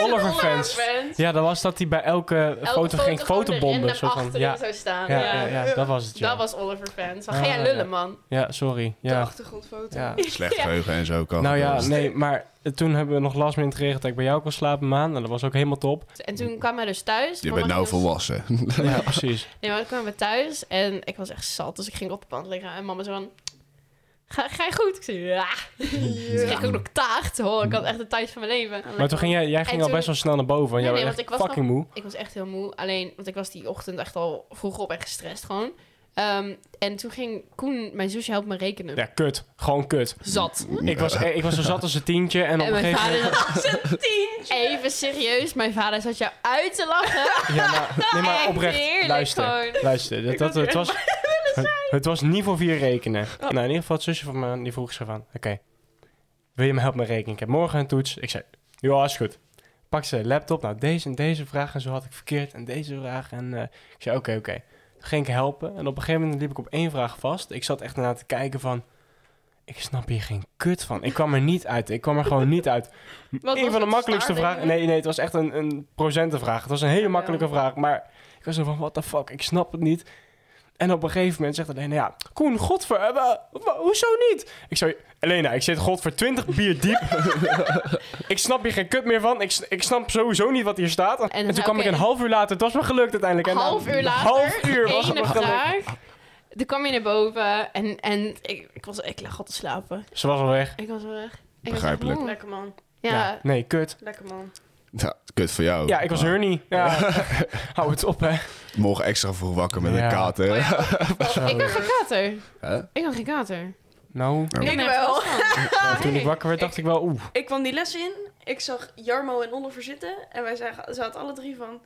Speaker 3: Oliver fans.
Speaker 1: fans.
Speaker 3: Ja, dat was dat hij bij elke, foto ging fotobomben. Zo van, ja,
Speaker 4: zo staan.
Speaker 3: ja, ja, ja, dat was het, ja.
Speaker 4: Dat was Oliver fans. Van, ga
Speaker 3: Ah,
Speaker 4: jij lullen,
Speaker 3: ja.
Speaker 4: man.
Speaker 3: Ja, sorry.
Speaker 1: De
Speaker 3: Ja,
Speaker 1: achtergrondfoto.
Speaker 3: ja.
Speaker 2: Slecht
Speaker 4: Ja.
Speaker 2: geheugen en zo kan
Speaker 3: Nou ja,
Speaker 2: gebeuren.
Speaker 3: nee, maar eh, toen hebben we nog last minute geregeld dat ik bij jou kon slapen, Maan. En dat was ook helemaal top.
Speaker 4: En toen kwamen wij dus thuis.
Speaker 2: Je
Speaker 4: Mama
Speaker 2: bent nou
Speaker 4: ging-
Speaker 2: volwassen.
Speaker 3: Ja, precies.
Speaker 4: Nee, maar toen kwamen we thuis en ik was echt zat. Dus ik ging op de bank liggen en mama zo van... Ga, ga je goed? Ik zei, ja. Dus ik kreeg ook nog taart, hoor. Ik had echt de tijd van mijn leven.
Speaker 3: Maar toen ging jij, jij ging
Speaker 4: En
Speaker 3: al
Speaker 4: toen-
Speaker 3: best wel snel naar boven. Want
Speaker 4: Nee,
Speaker 3: jij
Speaker 4: nee,
Speaker 3: was
Speaker 4: want
Speaker 3: echt
Speaker 4: ik was
Speaker 3: fucking moe.
Speaker 4: Ik was echt heel moe. Alleen, want ik was die ochtend echt al vroeg op en gestrest gewoon. Ehm, en toen ging Koen, mijn zusje, helpt me rekenen.
Speaker 3: Ja, kut. Gewoon kut.
Speaker 4: Zat.
Speaker 3: Ik was, eh, ik was zo zat als een tientje. En op
Speaker 4: En
Speaker 3: een
Speaker 4: mijn
Speaker 3: gegeven
Speaker 4: vader
Speaker 3: moment...
Speaker 4: zat Even serieus, mijn vader zat jou uit te lachen.
Speaker 3: Ja, maar, nee, maar
Speaker 4: Echt
Speaker 3: oprecht.
Speaker 4: heerlijk
Speaker 3: Luister.
Speaker 4: gewoon.
Speaker 3: Luister. Dat, dat,
Speaker 1: wil
Speaker 3: het, was, het, het was niet voor vier rekenen. Nou, in ieder geval het zusje van me, die vroeg zich van... Oké, wil je me helpen met rekenen? Ik heb morgen een toets. Ik zei, ja, is goed. Pak ze laptop. Nou, deze en deze vraag en zo had ik verkeerd. En deze vraag. En eh, ik zei, oké, oké. Toen ging ik helpen. En op een gegeven moment liep ik op één vraag vast. Ik zat echt ernaar te kijken van... Ik snap hier geen kut van. Ik kwam er niet uit. Ik kwam er gewoon niet uit.
Speaker 1: Wat was
Speaker 3: een van de
Speaker 1: het,
Speaker 3: makkelijkste vragen.
Speaker 1: staartingen?
Speaker 3: Nee, nee, het was echt een, een procentenvraag. Het was een hele makkelijke vraag. Maar ik was zo van, what the fuck, ik snap het niet. En op een gegeven moment zegt Elena, ja, Koen, godver, eh, wa- wa- hoezo niet? Ik zei, Elena, ik zit godver 20 bier diep. ik snap hier geen kut meer van. Ik, s- ik snap sowieso niet wat hier staat. En,
Speaker 4: En
Speaker 3: toen
Speaker 4: hij,
Speaker 3: kwam
Speaker 4: oké.
Speaker 3: ik een half uur later, het was me gelukt uiteindelijk. En
Speaker 4: half
Speaker 3: na-
Speaker 4: uur later,
Speaker 3: half uur was het me
Speaker 4: ene
Speaker 3: gelukt.
Speaker 4: vraag. Toen kwam je naar boven en, en ik, ik, was, ik lag al te slapen.
Speaker 3: Ze was al weg.
Speaker 4: Ik was weg. Ik was
Speaker 2: Begrijpelijk.
Speaker 4: echt moe.
Speaker 1: Mm. Lekker man,
Speaker 4: Ja.
Speaker 3: Nee, kut.
Speaker 1: lekker man.
Speaker 2: Ja, kut voor jou.
Speaker 3: Ja, ik was
Speaker 2: Maar
Speaker 3: er niet. Ja. Hou het op, hè.
Speaker 2: Morgen extra vroeg wakker met
Speaker 3: Ja.
Speaker 2: een kater.
Speaker 1: Oh
Speaker 3: Zo.
Speaker 4: Ik had geen kater.
Speaker 2: Hè?
Speaker 4: Ik had geen kater.
Speaker 3: Nou,
Speaker 2: Ik
Speaker 4: heb
Speaker 1: wel.
Speaker 4: nergens last van.
Speaker 3: ja, toen ik wakker werd, dacht ik wel, oeh.
Speaker 1: Ik kwam die les in, ik zag Jarmo en Oliver zitten en wij zagen- zaten alle drie van...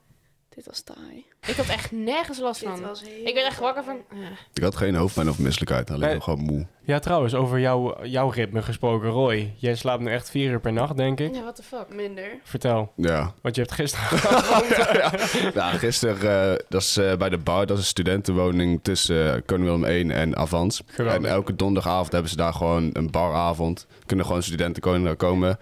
Speaker 1: Dit was taai.
Speaker 4: Ik had echt nergens last
Speaker 1: Dit
Speaker 4: van.
Speaker 1: was heel
Speaker 4: Ik werd echt wakker
Speaker 1: taai.
Speaker 4: van... eh,
Speaker 2: Ik had geen hoofdpijn of misselijkheid, alleen
Speaker 3: Nee.
Speaker 2: wel gewoon moe.
Speaker 3: Ja, trouwens, over jouw, jouw ritme gesproken, Roy. Jij slaapt nu echt vier uur per nacht, denk ik.
Speaker 4: ja, what the fuck.
Speaker 1: Minder.
Speaker 3: Vertel,
Speaker 2: Ja.
Speaker 3: want je hebt gisteren...
Speaker 2: Nou, gisteren, eh, dat is eh, bij de bar, dat is een studentenwoning tussen uh, Willem 1 en Avans.
Speaker 3: Geweldig.
Speaker 2: En elke donderdagavond hebben ze daar gewoon een baravond. Kunnen gewoon studenten komen, daar komen.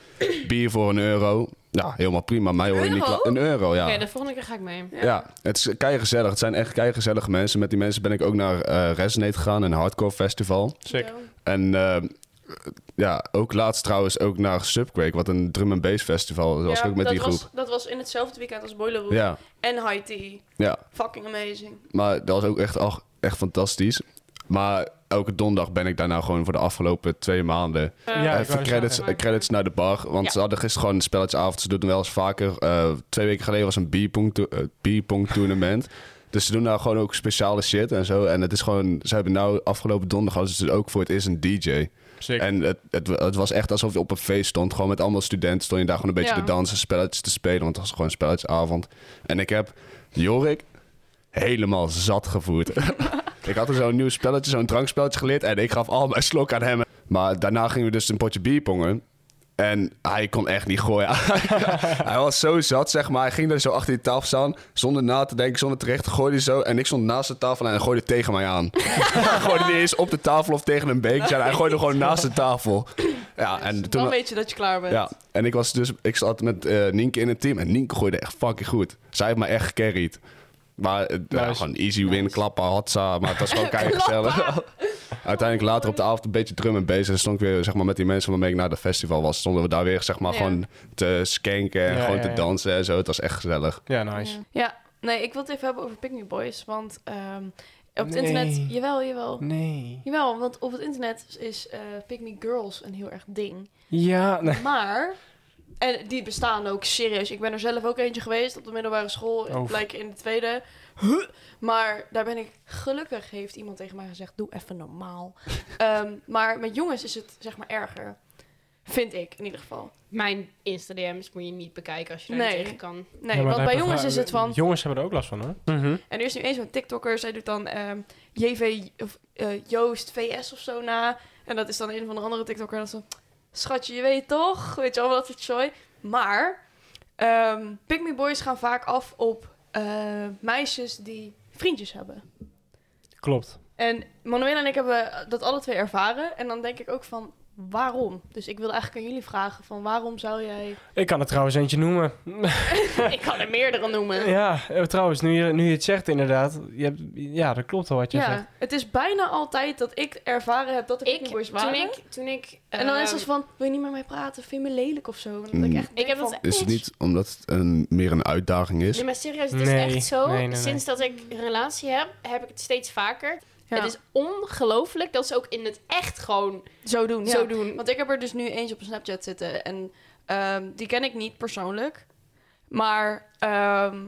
Speaker 2: Bier voor een euro. Ja, helemaal prima. Mij hoor je niet
Speaker 1: Euro?
Speaker 2: kla- Een euro, ja.
Speaker 4: Oké, de volgende keer ga ik mee.
Speaker 2: Ja. het is keigezellig. Het zijn echt keigezellige mensen. Met die mensen ben ik ook naar eh Resonate gegaan, een hardcore festival.
Speaker 3: Sick.
Speaker 2: En eh, ja, ook laatst trouwens ook naar Subquake, wat een drum and bass festival. Dat was
Speaker 1: Ja,
Speaker 2: ik ook met
Speaker 1: dat
Speaker 2: die groep.
Speaker 1: Was, dat was in hetzelfde weekend als Boiler Room.
Speaker 2: Ja,
Speaker 1: En High Tea.
Speaker 2: ja,
Speaker 1: Fucking amazing.
Speaker 2: maar dat was ook echt, ach, echt fantastisch. Maar elke donderdag ben ik daar nou gewoon voor de afgelopen twee maanden.
Speaker 4: Eh,
Speaker 3: Ja, ik
Speaker 2: Even
Speaker 3: wou
Speaker 2: credits,
Speaker 4: zeggen.
Speaker 2: eh, credits naar de bar. Want
Speaker 4: Ja.
Speaker 2: ze hadden gisteren gewoon een spelletjesavond. Ze doen wel eens vaker. eh, twee weken geleden was een bierpong to- eh, bierpong tournament. dus ze doen nou gewoon ook speciale shit en zo. En het is gewoon... Ze hebben nou afgelopen donderdag hadden ze dus ook voor het eerst een DJ.
Speaker 3: Sick.
Speaker 2: En het, het, het was echt alsof je op een feest stond. Gewoon met allemaal studenten stond je daar gewoon een beetje
Speaker 1: Ja.
Speaker 2: te dansen, spelletjes te spelen. Want het was gewoon een spelletjesavond. En ik heb Jorik helemaal zat gevoerd. ik had er zo'n nieuw spelletje, zo'n drankspelletje geleerd. En ik gaf al mijn slok aan hem. Maar daarna gingen we dus een potje bier pongen. En hij kon echt niet gooien. hij was zo zat, zeg maar. Hij ging daar zo achter die tafel staan. Zonder na te denken, zonder terecht. Gooide hij zo. En ik stond naast de tafel en hij gooide tegen mij aan. hij gooide niet eens op de tafel of tegen een beekje. aan. Hij gooide gewoon naast de tafel. Ja, en
Speaker 1: Dan
Speaker 2: toen...
Speaker 1: weet je dat je klaar bent.
Speaker 2: Ja, en ik, was dus, ik zat met eh, Nienke in het team. En Nienke gooide echt fucking goed. Zij heeft me echt gecarried. Maar eh, ja,
Speaker 3: Nice.
Speaker 2: gewoon easy win, klappen, hatsa. Maar het was gewoon
Speaker 1: Klappa!
Speaker 2: keigezellig. Uiteindelijk later op de avond een beetje drum en bezig. Stond ik weer zeg maar, met die mensen waarmee ik naar dat festival was. Stonden we daar weer zeg maar,
Speaker 1: Ja.
Speaker 2: gewoon te skanken en
Speaker 3: Ja,
Speaker 2: gewoon
Speaker 3: ja, ja.
Speaker 2: te dansen en zo. Het was echt gezellig.
Speaker 3: Ja, nice.
Speaker 1: Ja, nee, ik wil het even hebben over Picnic Boys. Want ehm, op het
Speaker 3: Nee.
Speaker 1: internet... Jawel, jawel.
Speaker 3: Nee.
Speaker 1: Jawel, want op het internet is eh Picnic Girls een heel erg ding.
Speaker 3: Ja, nee.
Speaker 1: Maar... En die bestaan ook serieus. Ik ben er zelf ook eentje geweest op de middelbare school.
Speaker 3: Oh.
Speaker 1: Ik blijk in de tweede. Huh. Maar daar ben ik... Gelukkig heeft iemand tegen mij gezegd... Doe even normaal. Ehm, maar met jongens is het zeg maar erger. Vind ik, in ieder geval.
Speaker 4: Mijn Insta-DM's moet je niet bekijken als je daar niet
Speaker 1: Nee.
Speaker 4: tegen kan.
Speaker 1: Nee,
Speaker 3: Ja, maar
Speaker 1: want bij
Speaker 3: daar hebben
Speaker 1: jongens
Speaker 3: vra-
Speaker 1: is het van...
Speaker 3: Jongens hebben er ook last van, hoor.
Speaker 2: Mhm.
Speaker 1: En er is nu eens zo'n TikTokker, zij doet dan ehm, JV of, eh, Joost VS of zo na. En dat is dan een van de andere TikTokker. En dat is dan, schatje, je weet toch? Weet je wel, dat soort joy. Maar ehm Pick Me Boys gaan vaak af op eh, meisjes die vriendjes hebben.
Speaker 3: Klopt.
Speaker 1: En Manuela en ik hebben dat alle twee ervaren. En dan denk ik ook van, waarom? Dus ik wilde eigenlijk aan jullie vragen van, waarom zou jij...
Speaker 3: Ik kan er trouwens eentje noemen.
Speaker 1: ik kan er meerdere noemen.
Speaker 3: ja, eh, trouwens, nu je, nu je het zegt inderdaad. Je hebt, ja, dat klopt al wat je zegt.
Speaker 1: Ja, het is bijna altijd dat ik ervaren heb dat er Pick
Speaker 4: Ik,
Speaker 1: Me Boys
Speaker 4: toen
Speaker 1: waren.
Speaker 4: ik, toen ik...
Speaker 1: En dan
Speaker 4: ehm,
Speaker 1: is het van, wil je niet met mij praten? Vind je me lelijk of zo? En dan denk ik, dus-
Speaker 2: Mm.
Speaker 1: echt,
Speaker 4: Ik heb
Speaker 1: van,
Speaker 4: dat
Speaker 2: Is het niet omdat het een, meer een uitdaging is?
Speaker 4: Nee, maar serieus, het is
Speaker 3: Nee,
Speaker 4: echt zo.
Speaker 3: nee, nee, nee.
Speaker 4: Sinds dat ik een relatie heb, heb ik het steeds vaker.
Speaker 1: Ja,
Speaker 4: Het is ongelooflijk dat ze ook in het echt gewoon
Speaker 1: zo doen.
Speaker 4: zo
Speaker 1: ja.
Speaker 4: doen.
Speaker 1: Want ik heb er dus nu eentje op een Snapchat zitten. En ehm, die ken ik niet persoonlijk. Maar ehm,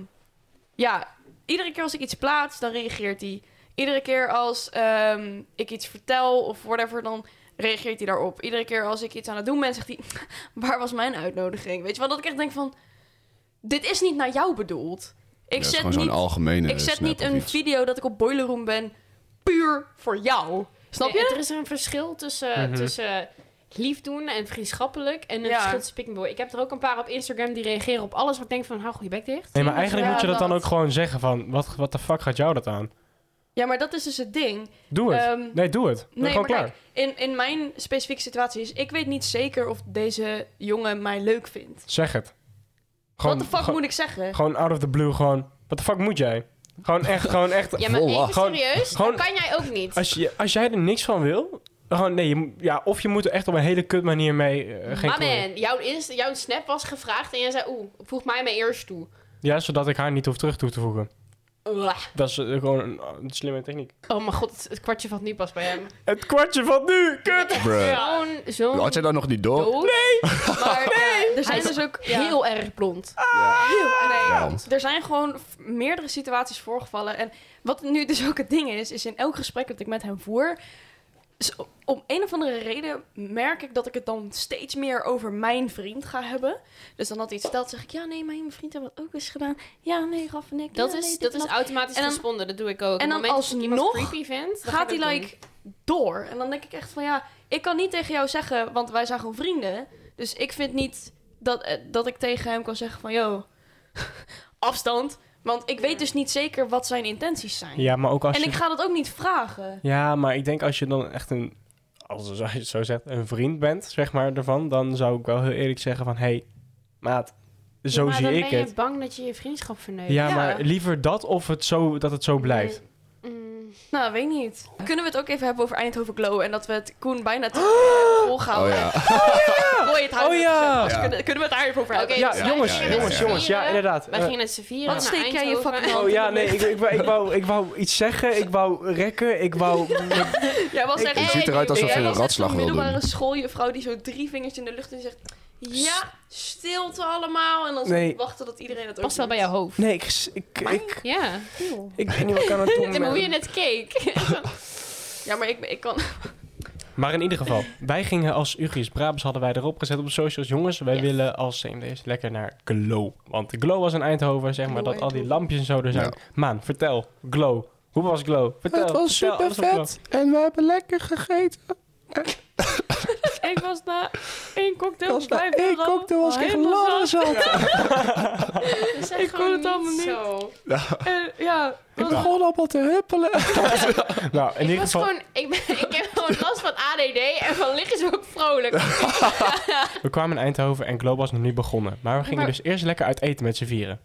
Speaker 1: ja, iedere keer als ik iets plaats, dan reageert hij. Iedere keer als ehm, ik iets vertel of whatever, dan reageert hij daarop. Iedere keer als ik iets aan het doen ben, zegt hij... Waar was mijn uitnodiging? Weet je wel, dat ik echt denk van... Dit is niet naar jou bedoeld.
Speaker 2: Ja,
Speaker 1: Ik
Speaker 2: het is
Speaker 1: zet
Speaker 2: gewoon zo'n
Speaker 1: niet
Speaker 2: algemene
Speaker 1: Ik zet
Speaker 2: snap
Speaker 1: niet
Speaker 2: of
Speaker 1: een
Speaker 2: iets.
Speaker 1: video dat ik op Boiler Room ben puur voor jou. Snap
Speaker 4: Nee,
Speaker 1: je?
Speaker 4: Eh, Er is een verschil tussen,
Speaker 3: Mhm.
Speaker 4: tussen lief doen en vriendschappelijk. En een
Speaker 1: Ja.
Speaker 4: verschil tussen pick and boy. Ik heb er ook een paar op Instagram die reageren op alles. Wat ik denk van, hou goed je bek dicht.
Speaker 3: Nee, maar eigenlijk
Speaker 1: Ja,
Speaker 3: moet je dat dan
Speaker 1: dat.
Speaker 3: ook gewoon zeggen van... Wat, wat de fuck gaat jou dat aan?
Speaker 1: Ja, maar dat is dus het ding.
Speaker 3: Doe het.
Speaker 1: Ehm,
Speaker 3: nee, doe het. Nee,
Speaker 1: nee,
Speaker 3: Oh, gewoon
Speaker 1: maar
Speaker 3: klaar.
Speaker 1: kijk, in, in mijn specifieke situatie is... Ik weet niet zeker of deze jongen mij leuk vindt.
Speaker 3: Zeg het.
Speaker 1: Wat de fuck
Speaker 3: gewoon-
Speaker 1: moet ik zeggen?
Speaker 3: Gewoon out of the blue, gewoon... Wat de fuck moet jij? Gewoon echt, gewoon echt...
Speaker 4: Ja, maar
Speaker 2: Vol
Speaker 4: even
Speaker 2: lach.
Speaker 3: Gewoon-
Speaker 4: serieus,
Speaker 3: gewoon-
Speaker 4: dat kan jij ook niet.
Speaker 3: Als, je, als jij er niks van wil... Gewoon, nee, je, moet- ja, of je moet er echt op een hele kut manier mee... eh, geen
Speaker 4: maar
Speaker 3: klooi.
Speaker 4: man, jouw, Insta- jouw snap was gevraagd en jij zei, oeh, voeg mij maar eerst toe.
Speaker 3: Ja, zodat ik haar niet hoef terug toe te voegen.
Speaker 4: Uah.
Speaker 3: Dat is eh, gewoon een, een slimme techniek.
Speaker 4: Oh mijn god, het, het kwartje valt nu pas bij hem.
Speaker 3: Het kwartje van nu, kut!
Speaker 2: Bruh.
Speaker 4: Zo'n, zo'n
Speaker 2: Had jij dat nog niet door?
Speaker 4: Nee!
Speaker 1: Maar eh, er
Speaker 4: Hij
Speaker 1: zijn
Speaker 4: is
Speaker 1: dus ook... ja, Ah,
Speaker 4: Heel erg blond.
Speaker 2: Ja.
Speaker 1: heel- nee,
Speaker 2: Ja.
Speaker 1: Er zijn gewoon f- meerdere situaties voorgevallen. En wat nu dus ook het ding is... is in elk gesprek dat ik met hem voer... s- om een of andere reden merk ik dat ik het dan steeds meer over mijn vriend ga hebben. Dus dan had hij iets verteld, zeg ik, ja nee, mijn vriend heeft dat ook eens gedaan. Ja, nee, Raf en ik.
Speaker 4: Dat
Speaker 1: ja, nee,
Speaker 4: is,
Speaker 1: dit
Speaker 4: dat
Speaker 1: en
Speaker 4: is automatisch
Speaker 1: En dan-
Speaker 4: gesponden, dat doe ik ook.
Speaker 1: en
Speaker 4: Op het
Speaker 1: dan
Speaker 4: moment dat ik iemand
Speaker 1: alsnog
Speaker 4: creepy vind, dan
Speaker 1: gaat
Speaker 4: ga ik
Speaker 1: hij
Speaker 4: dat
Speaker 1: like door. En dan denk ik echt van ja, ik kan niet tegen jou zeggen, want wij zijn gewoon vrienden. Dus ik vind niet dat, eh, dat ik tegen hem kan zeggen van yo, afstand. Want ik weet dus niet zeker wat zijn intenties zijn.
Speaker 3: Ja, maar ook als
Speaker 1: en
Speaker 3: je...
Speaker 1: ik ga dat ook niet vragen.
Speaker 3: Ja, maar ik denk als je dan echt een... Als je het zo zegt, een vriend bent, zeg maar, ervan... dan zou ik wel heel eerlijk zeggen van... Hé, hey, maat,
Speaker 4: doen.
Speaker 3: zo
Speaker 4: maar
Speaker 3: zie
Speaker 4: dan
Speaker 3: ik
Speaker 4: ben
Speaker 3: het.
Speaker 4: je bang dat je je vriendschap verneukt.
Speaker 3: Ja,
Speaker 1: Ja.
Speaker 3: maar liever dat of het zo, dat het zo blijft.
Speaker 4: Mm.
Speaker 1: Nou, weet niet. Kunnen we het ook even hebben over Eindhoven Glow en dat we het Koen bijna te vol gaan.
Speaker 2: Oh ja.
Speaker 1: Gooi het huis
Speaker 3: Oh ja!
Speaker 1: Dus
Speaker 2: Ja.
Speaker 1: kunnen, kunnen we het daar even over
Speaker 4: Oké,
Speaker 1: hebben?
Speaker 2: Ja,
Speaker 3: Ja,
Speaker 4: wij
Speaker 3: jongens,
Speaker 4: gingen
Speaker 2: ja,
Speaker 4: met
Speaker 3: jongens,
Speaker 4: z'n
Speaker 3: jongens. Ja,
Speaker 4: vieren-
Speaker 3: inderdaad.
Speaker 4: Wij
Speaker 3: Eh,
Speaker 4: gingen het z'n
Speaker 1: Wat
Speaker 4: vieren naar
Speaker 1: steek jij je
Speaker 4: Eindhoven.
Speaker 1: fucking hand
Speaker 3: Oh ja, nee, ik, ik, wou, ik, wou, ik wou iets zeggen, ik wou rekken, ik wou...
Speaker 1: Jij was
Speaker 3: Ik-
Speaker 1: echt
Speaker 2: Je ziet eruit alsof je
Speaker 1: Jij
Speaker 2: een
Speaker 1: was echt
Speaker 2: ratslag
Speaker 1: een
Speaker 2: wil doen.
Speaker 1: middelbare schooljuffrouw die zo drie vingers in de lucht en zegt... Ja, stilte allemaal. En dan
Speaker 3: Nee.
Speaker 1: wachten dat iedereen het ook
Speaker 4: Past wel bij
Speaker 1: doet.
Speaker 4: jouw hoofd.
Speaker 3: Nee, ik, ik, ik,
Speaker 4: Ja.
Speaker 3: ik weet niet wat ik aan het doen
Speaker 4: En hoe je
Speaker 3: ben.
Speaker 4: net keek.
Speaker 1: Ja, maar ik, ik kan...
Speaker 3: Maar in ieder geval, wij gingen als Ugrius Brabus, hadden wij erop gezet op de socials. Jongens, wij
Speaker 4: Yes.
Speaker 3: willen als CMD's lekker naar Glow. Want Glow was in Eindhoven, zeg maar,
Speaker 1: Glow
Speaker 3: dat al die
Speaker 1: Eindhoven.
Speaker 3: lampjes en zo er zijn.
Speaker 2: Ja.
Speaker 3: Maan, vertel, Glow. Hoe was Glow? Vertel,
Speaker 2: Het was
Speaker 3: vertel
Speaker 2: super
Speaker 3: alles op Glow.
Speaker 2: vet en we hebben lekker gegeten.
Speaker 1: Ik was na één cocktail
Speaker 2: Als na één cocktail was ik
Speaker 4: Oh,
Speaker 2: echt ladder zat.
Speaker 4: Dus
Speaker 1: Ik kon het allemaal niet.
Speaker 4: Eh,
Speaker 1: ja,
Speaker 2: Ik begon allemaal te huppelen.
Speaker 3: Nou, in
Speaker 4: ik,
Speaker 3: ieder
Speaker 4: was
Speaker 3: geval,
Speaker 4: gewoon, ik, ben, ik heb gewoon last van ADD en van liggen zo ook vrolijk.
Speaker 3: we kwamen in Eindhoven en Glow was nog niet begonnen. Maar we gingen
Speaker 4: Maar-
Speaker 3: dus eerst lekker uit eten met z'n vieren.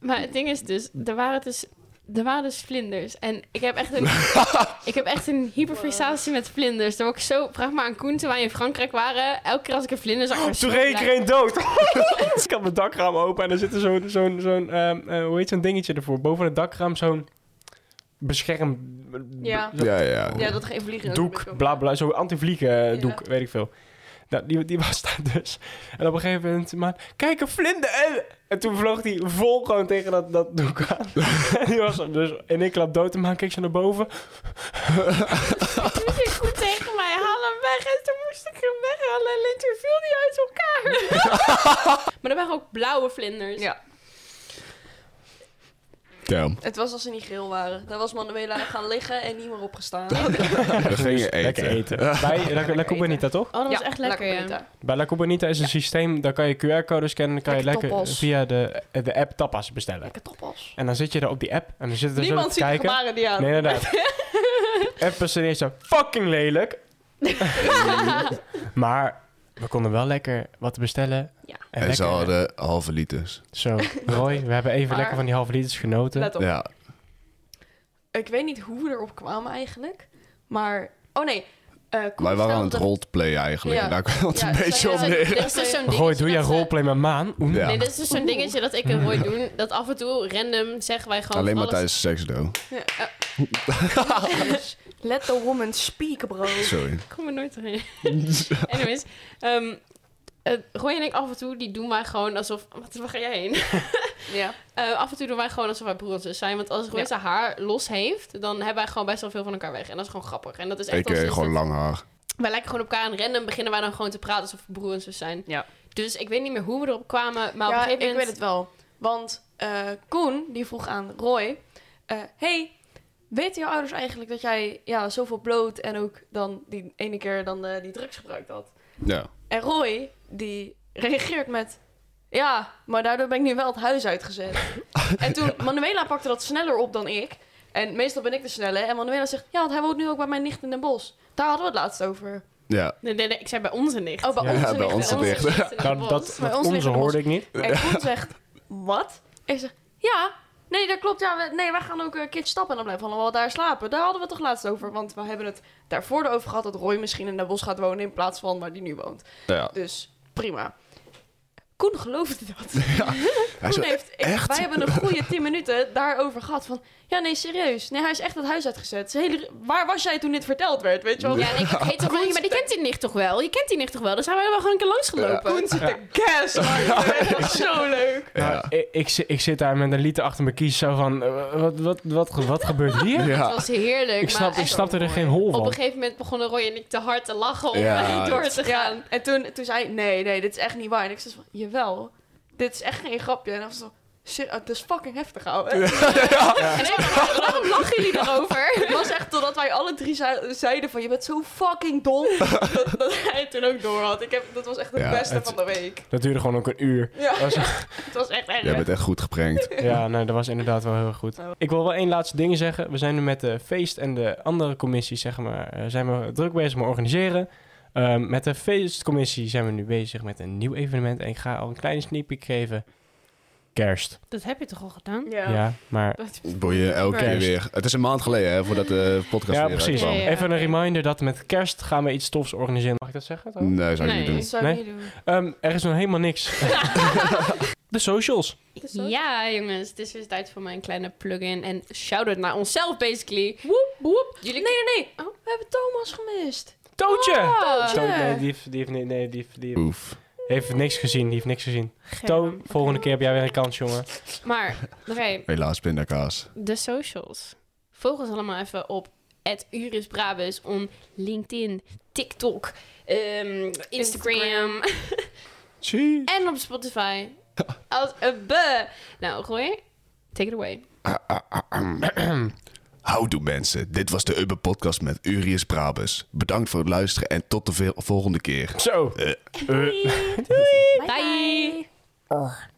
Speaker 4: Maar het ding is dus, er waren dus, er waren dus vlinders. En ik heb echt een, ik heb echt een hyperfixatie met vlinders. Daar word ik zo, vraag maar aan Koen, toen wij in Frankrijk waren. Elke keer als ik een vlinder
Speaker 2: Oh,
Speaker 4: zag, was
Speaker 3: Toen reed ik er een dood. Dus ik had mijn dakraam open en er zit er zo'n, zo'n, zo'n ehm, eh, hoe heet zo'n dingetje ervoor? Boven het dakraam zo'n bescherm...
Speaker 1: Ja.
Speaker 3: zo-
Speaker 2: Ja, ja.
Speaker 1: ja, dat geen vliegen.
Speaker 3: doek, bla bla, zo'n antivliegen eh,
Speaker 1: Ja.
Speaker 3: doek, weet ik veel. Nou, die, die was daar dus. En op een gegeven moment, maar kijk, een vlinder! En, en toen vloog die vol gewoon tegen dat, dat doek aan. en die was er dus, en ik klap dood te maken, keek ze naar boven.
Speaker 4: Toen zei Koen tegen mij, haal hem weg. En toen moest ik hem weghalen. En toen viel die uit elkaar. maar er waren ook blauwe vlinders.
Speaker 1: Ja,
Speaker 2: Damn.
Speaker 1: het was als ze niet geel waren. Daar was Manuela gaan liggen en niet meer opgestaan.
Speaker 2: We gingen eten.
Speaker 3: Dus Lekker eten. Bij La, La Cubanita, toch?
Speaker 4: Oh, dat was echt lekker, ja.
Speaker 3: Bij La Cubanita is een systeem, daar kan je QR-codes scannen en dan
Speaker 1: Lekker
Speaker 3: kan je lekker
Speaker 1: tapas.
Speaker 3: via de, eh, de app tapas bestellen.
Speaker 1: Lekker toppas.
Speaker 3: En dan zit je daar op die app en dan zit er zo
Speaker 1: Niemand
Speaker 3: te
Speaker 1: ziet de
Speaker 3: kijken.
Speaker 1: gebaren die aan.
Speaker 3: Nee, inderdaad. app is ten eerste fucking lelijk. maar we konden wel lekker wat bestellen.
Speaker 1: Ja.
Speaker 3: En,
Speaker 2: En ze
Speaker 3: lekker,
Speaker 2: hadden halve liters.
Speaker 3: Zo, Roy, we hebben even
Speaker 1: Maar-
Speaker 3: lekker van die halve liters genoten.
Speaker 1: Let op.
Speaker 2: Ja.
Speaker 1: Ik weet niet hoe we erop kwamen eigenlijk. Maar. Oh nee. eh, Koen
Speaker 2: Wij waren aan het
Speaker 1: vertelde-
Speaker 2: roleplay eigenlijk.
Speaker 1: Ja.
Speaker 2: En daar kwam het
Speaker 1: Ja,
Speaker 2: een
Speaker 1: zij-
Speaker 2: beetje
Speaker 1: ja,
Speaker 2: op
Speaker 1: zij-
Speaker 2: neer.
Speaker 4: Dit is dus zo'n
Speaker 3: Roy,
Speaker 4: dingetje
Speaker 3: doe jij
Speaker 4: dat ze-
Speaker 3: roleplay met Maan? Oeh.
Speaker 2: Ja.
Speaker 4: Nee, dit is dus zo'n dingetje dat ik en Roy doen. Dat af en toe random zeggen wij gewoon
Speaker 2: Alleen maar tijdens
Speaker 4: alles
Speaker 2: seksdo.
Speaker 1: Ja, eh, Let the woman speak, bro.
Speaker 2: Sorry.
Speaker 4: Ik kom er nooit doorheen. Anyways, ehm eh, Roy en ik af en toe, die doen wij gewoon alsof... Wat, waar ga jij heen?
Speaker 1: Ja.
Speaker 4: Eh, af en toe doen wij gewoon alsof wij broer en zus zijn. Want als Roy
Speaker 1: Ja.
Speaker 4: zijn haar los heeft, dan hebben wij gewoon best wel veel van elkaar weg. En dat is gewoon grappig. En dat is echt
Speaker 2: Ik
Speaker 4: ons
Speaker 2: eh,
Speaker 4: is
Speaker 2: gewoon
Speaker 4: dat-
Speaker 2: lang haar.
Speaker 4: Wij lijken gewoon op elkaar en random beginnen wij dan gewoon te praten alsof we broer en zus zijn.
Speaker 1: Ja.
Speaker 4: Dus ik weet niet meer hoe we erop kwamen, maar op een
Speaker 1: ja,
Speaker 4: gegeven
Speaker 1: ik
Speaker 4: moment...
Speaker 1: weet het wel. Want eh, Koen, die vroeg aan Roy... eh, hey, weten jouw ouders eigenlijk dat jij ja, zoveel bloot... en ook dan die ene keer dan eh, die drugs gebruikt had?
Speaker 2: Ja.
Speaker 1: En Roy, die reageert met... Ja, maar daardoor ben ik nu wel het huis uitgezet. en toen, Manuela pakte dat sneller op dan ik. En meestal ben ik de snelle. En Manuela zegt... Ja, want hij woont nu ook bij mijn nicht in Den Bosch. Daar hadden we het laatst over.
Speaker 2: Ja.
Speaker 4: Nee, nee, nee, ik zei bij onze nicht.
Speaker 1: Oh, bij
Speaker 3: Ja,
Speaker 1: onze
Speaker 2: bij
Speaker 1: nicht.
Speaker 2: onze nicht.
Speaker 4: nicht in het
Speaker 3: Nou,
Speaker 4: bos.
Speaker 3: dat
Speaker 1: Bij
Speaker 3: dat
Speaker 1: ons
Speaker 3: onze
Speaker 1: liggen de
Speaker 3: hoorde ik niet.
Speaker 1: En Koen zegt, wat? Ik zeg, ja, nee, dat klopt. Ja, we, nee, wij gaan ook een keertje stappen en dan blijven we allemaal daar slapen. Daar hadden we het toch laatst over. Want we hebben het daarvoor over gehad dat Roy misschien in Den Bos gaat wonen in plaats van waar die nu woont.
Speaker 2: Ja.
Speaker 1: Dus prima. Koen geloofde dat.
Speaker 2: Hij
Speaker 1: Koen
Speaker 2: zo,
Speaker 1: heeft, ik-
Speaker 2: echt?
Speaker 1: wij hebben een goede 10 minuten daarover gehad. Van, ja, nee, serieus. Nee, hij is echt het huis uitgezet. Zijn hele, waar was jij toen dit verteld werd? Weet je wel?
Speaker 4: Ja, en ik heet toch wel, maar die kent die nicht toch wel? Je kent die nicht toch wel? Dus Dan zijn wij er wel gewoon een keer langs gelopen.
Speaker 1: Koen zit te gas, man. Dat was zo leuk.
Speaker 3: Nou,
Speaker 2: Ja.
Speaker 3: ik, ik, zi- ik zit daar met een liter achter mijn kies zo van, eh, wat, wat, wat, ge- wat gebeurt hier?
Speaker 4: Het
Speaker 2: ja.
Speaker 4: was heerlijk.
Speaker 3: ik, snap,
Speaker 4: maar
Speaker 3: ik
Speaker 4: echt
Speaker 3: snapte er
Speaker 4: mooi.
Speaker 3: geen hol
Speaker 4: Op
Speaker 3: van.
Speaker 4: een gegeven moment begonnen Roy en ik te hard te lachen om
Speaker 2: Ja,
Speaker 4: door
Speaker 2: dat-
Speaker 4: te gaan.
Speaker 1: Ja, en toen, toen zei hij, nee, nee, dit is echt niet waar. En ik zei van, jawel, dit is echt geen grapje. En hij was zo, shit, het is fucking heftig, ouwe.
Speaker 4: En ik dacht, waarom lachen jullie daarover?
Speaker 1: Het was echt totdat wij alle drie zei- zeiden van, je bent zo fucking dom. dat, dat hij het toen ook door had. Ik heb, dat was echt het
Speaker 2: Ja,
Speaker 1: beste
Speaker 3: het-
Speaker 1: van de week.
Speaker 3: Dat duurde gewoon ook een uur.
Speaker 1: Ja,
Speaker 3: Dat was-
Speaker 1: het was echt erg.
Speaker 2: Jij bent echt goed geprankt.
Speaker 3: ja, nee, dat was inderdaad wel heel erg goed. Ik wil wel één laatste ding zeggen. We zijn nu met de feest en de andere commissies, zeg maar, eh, zijn we druk bezig met organiseren. Ehm, met de feestcommissie zijn we nu bezig met een nieuw evenement. En ik ga al een kleine sneak peek geven. Kerst.
Speaker 4: Dat heb je toch al gedaan?
Speaker 1: Ja.
Speaker 3: Ja, maar...
Speaker 2: Boeien, elke keer
Speaker 3: Kerst.
Speaker 2: weer. Het is een maand geleden hè, voordat de podcast
Speaker 3: Ja,
Speaker 2: weer
Speaker 3: precies.
Speaker 2: uitkwam.
Speaker 4: Ja, ja.
Speaker 3: Even een reminder dat met kerst gaan we iets tofs organiseren. Mag ik dat zeggen? trouwens?
Speaker 2: Nee, zou ik niet doen.
Speaker 1: Dat zou ik
Speaker 3: Nee?
Speaker 1: niet doen.
Speaker 3: Ehm, er is nog helemaal niks. de socials.
Speaker 1: Is dat?
Speaker 4: Ja, jongens, het is weer tijd voor mijn kleine plug-in. En shout-out naar onszelf, basically.
Speaker 1: Woep, woep. Nee,
Speaker 4: Jullie
Speaker 1: nee, nee. Oh, we hebben Thomas gemist.
Speaker 3: Tootje!
Speaker 4: Oh,
Speaker 3: Toot- nee, die heeft, die heeft, nee, nee, die heeft, die heeft-
Speaker 2: Oef.
Speaker 3: heeft niks gezien. Die heeft niks gezien.
Speaker 4: Geen
Speaker 3: Toon,
Speaker 4: naam.
Speaker 3: volgende keer heb jij weer een kans, jongen.
Speaker 4: Maar, oké,
Speaker 2: Helaas, pindakaas.
Speaker 4: de socials. Volg ons allemaal even op Uris Brabus on LinkedIn, TikTok, ehm, Instagram
Speaker 3: Tjie.
Speaker 4: en op Spotify. Als een be. Nou, gooi. Take it away.
Speaker 2: Houdoe mensen, dit was de Ubbe Podcast met Urius Brabus. Bedankt voor het luisteren en tot de ve- volgende keer.
Speaker 3: Zo. Eh.
Speaker 4: Bye.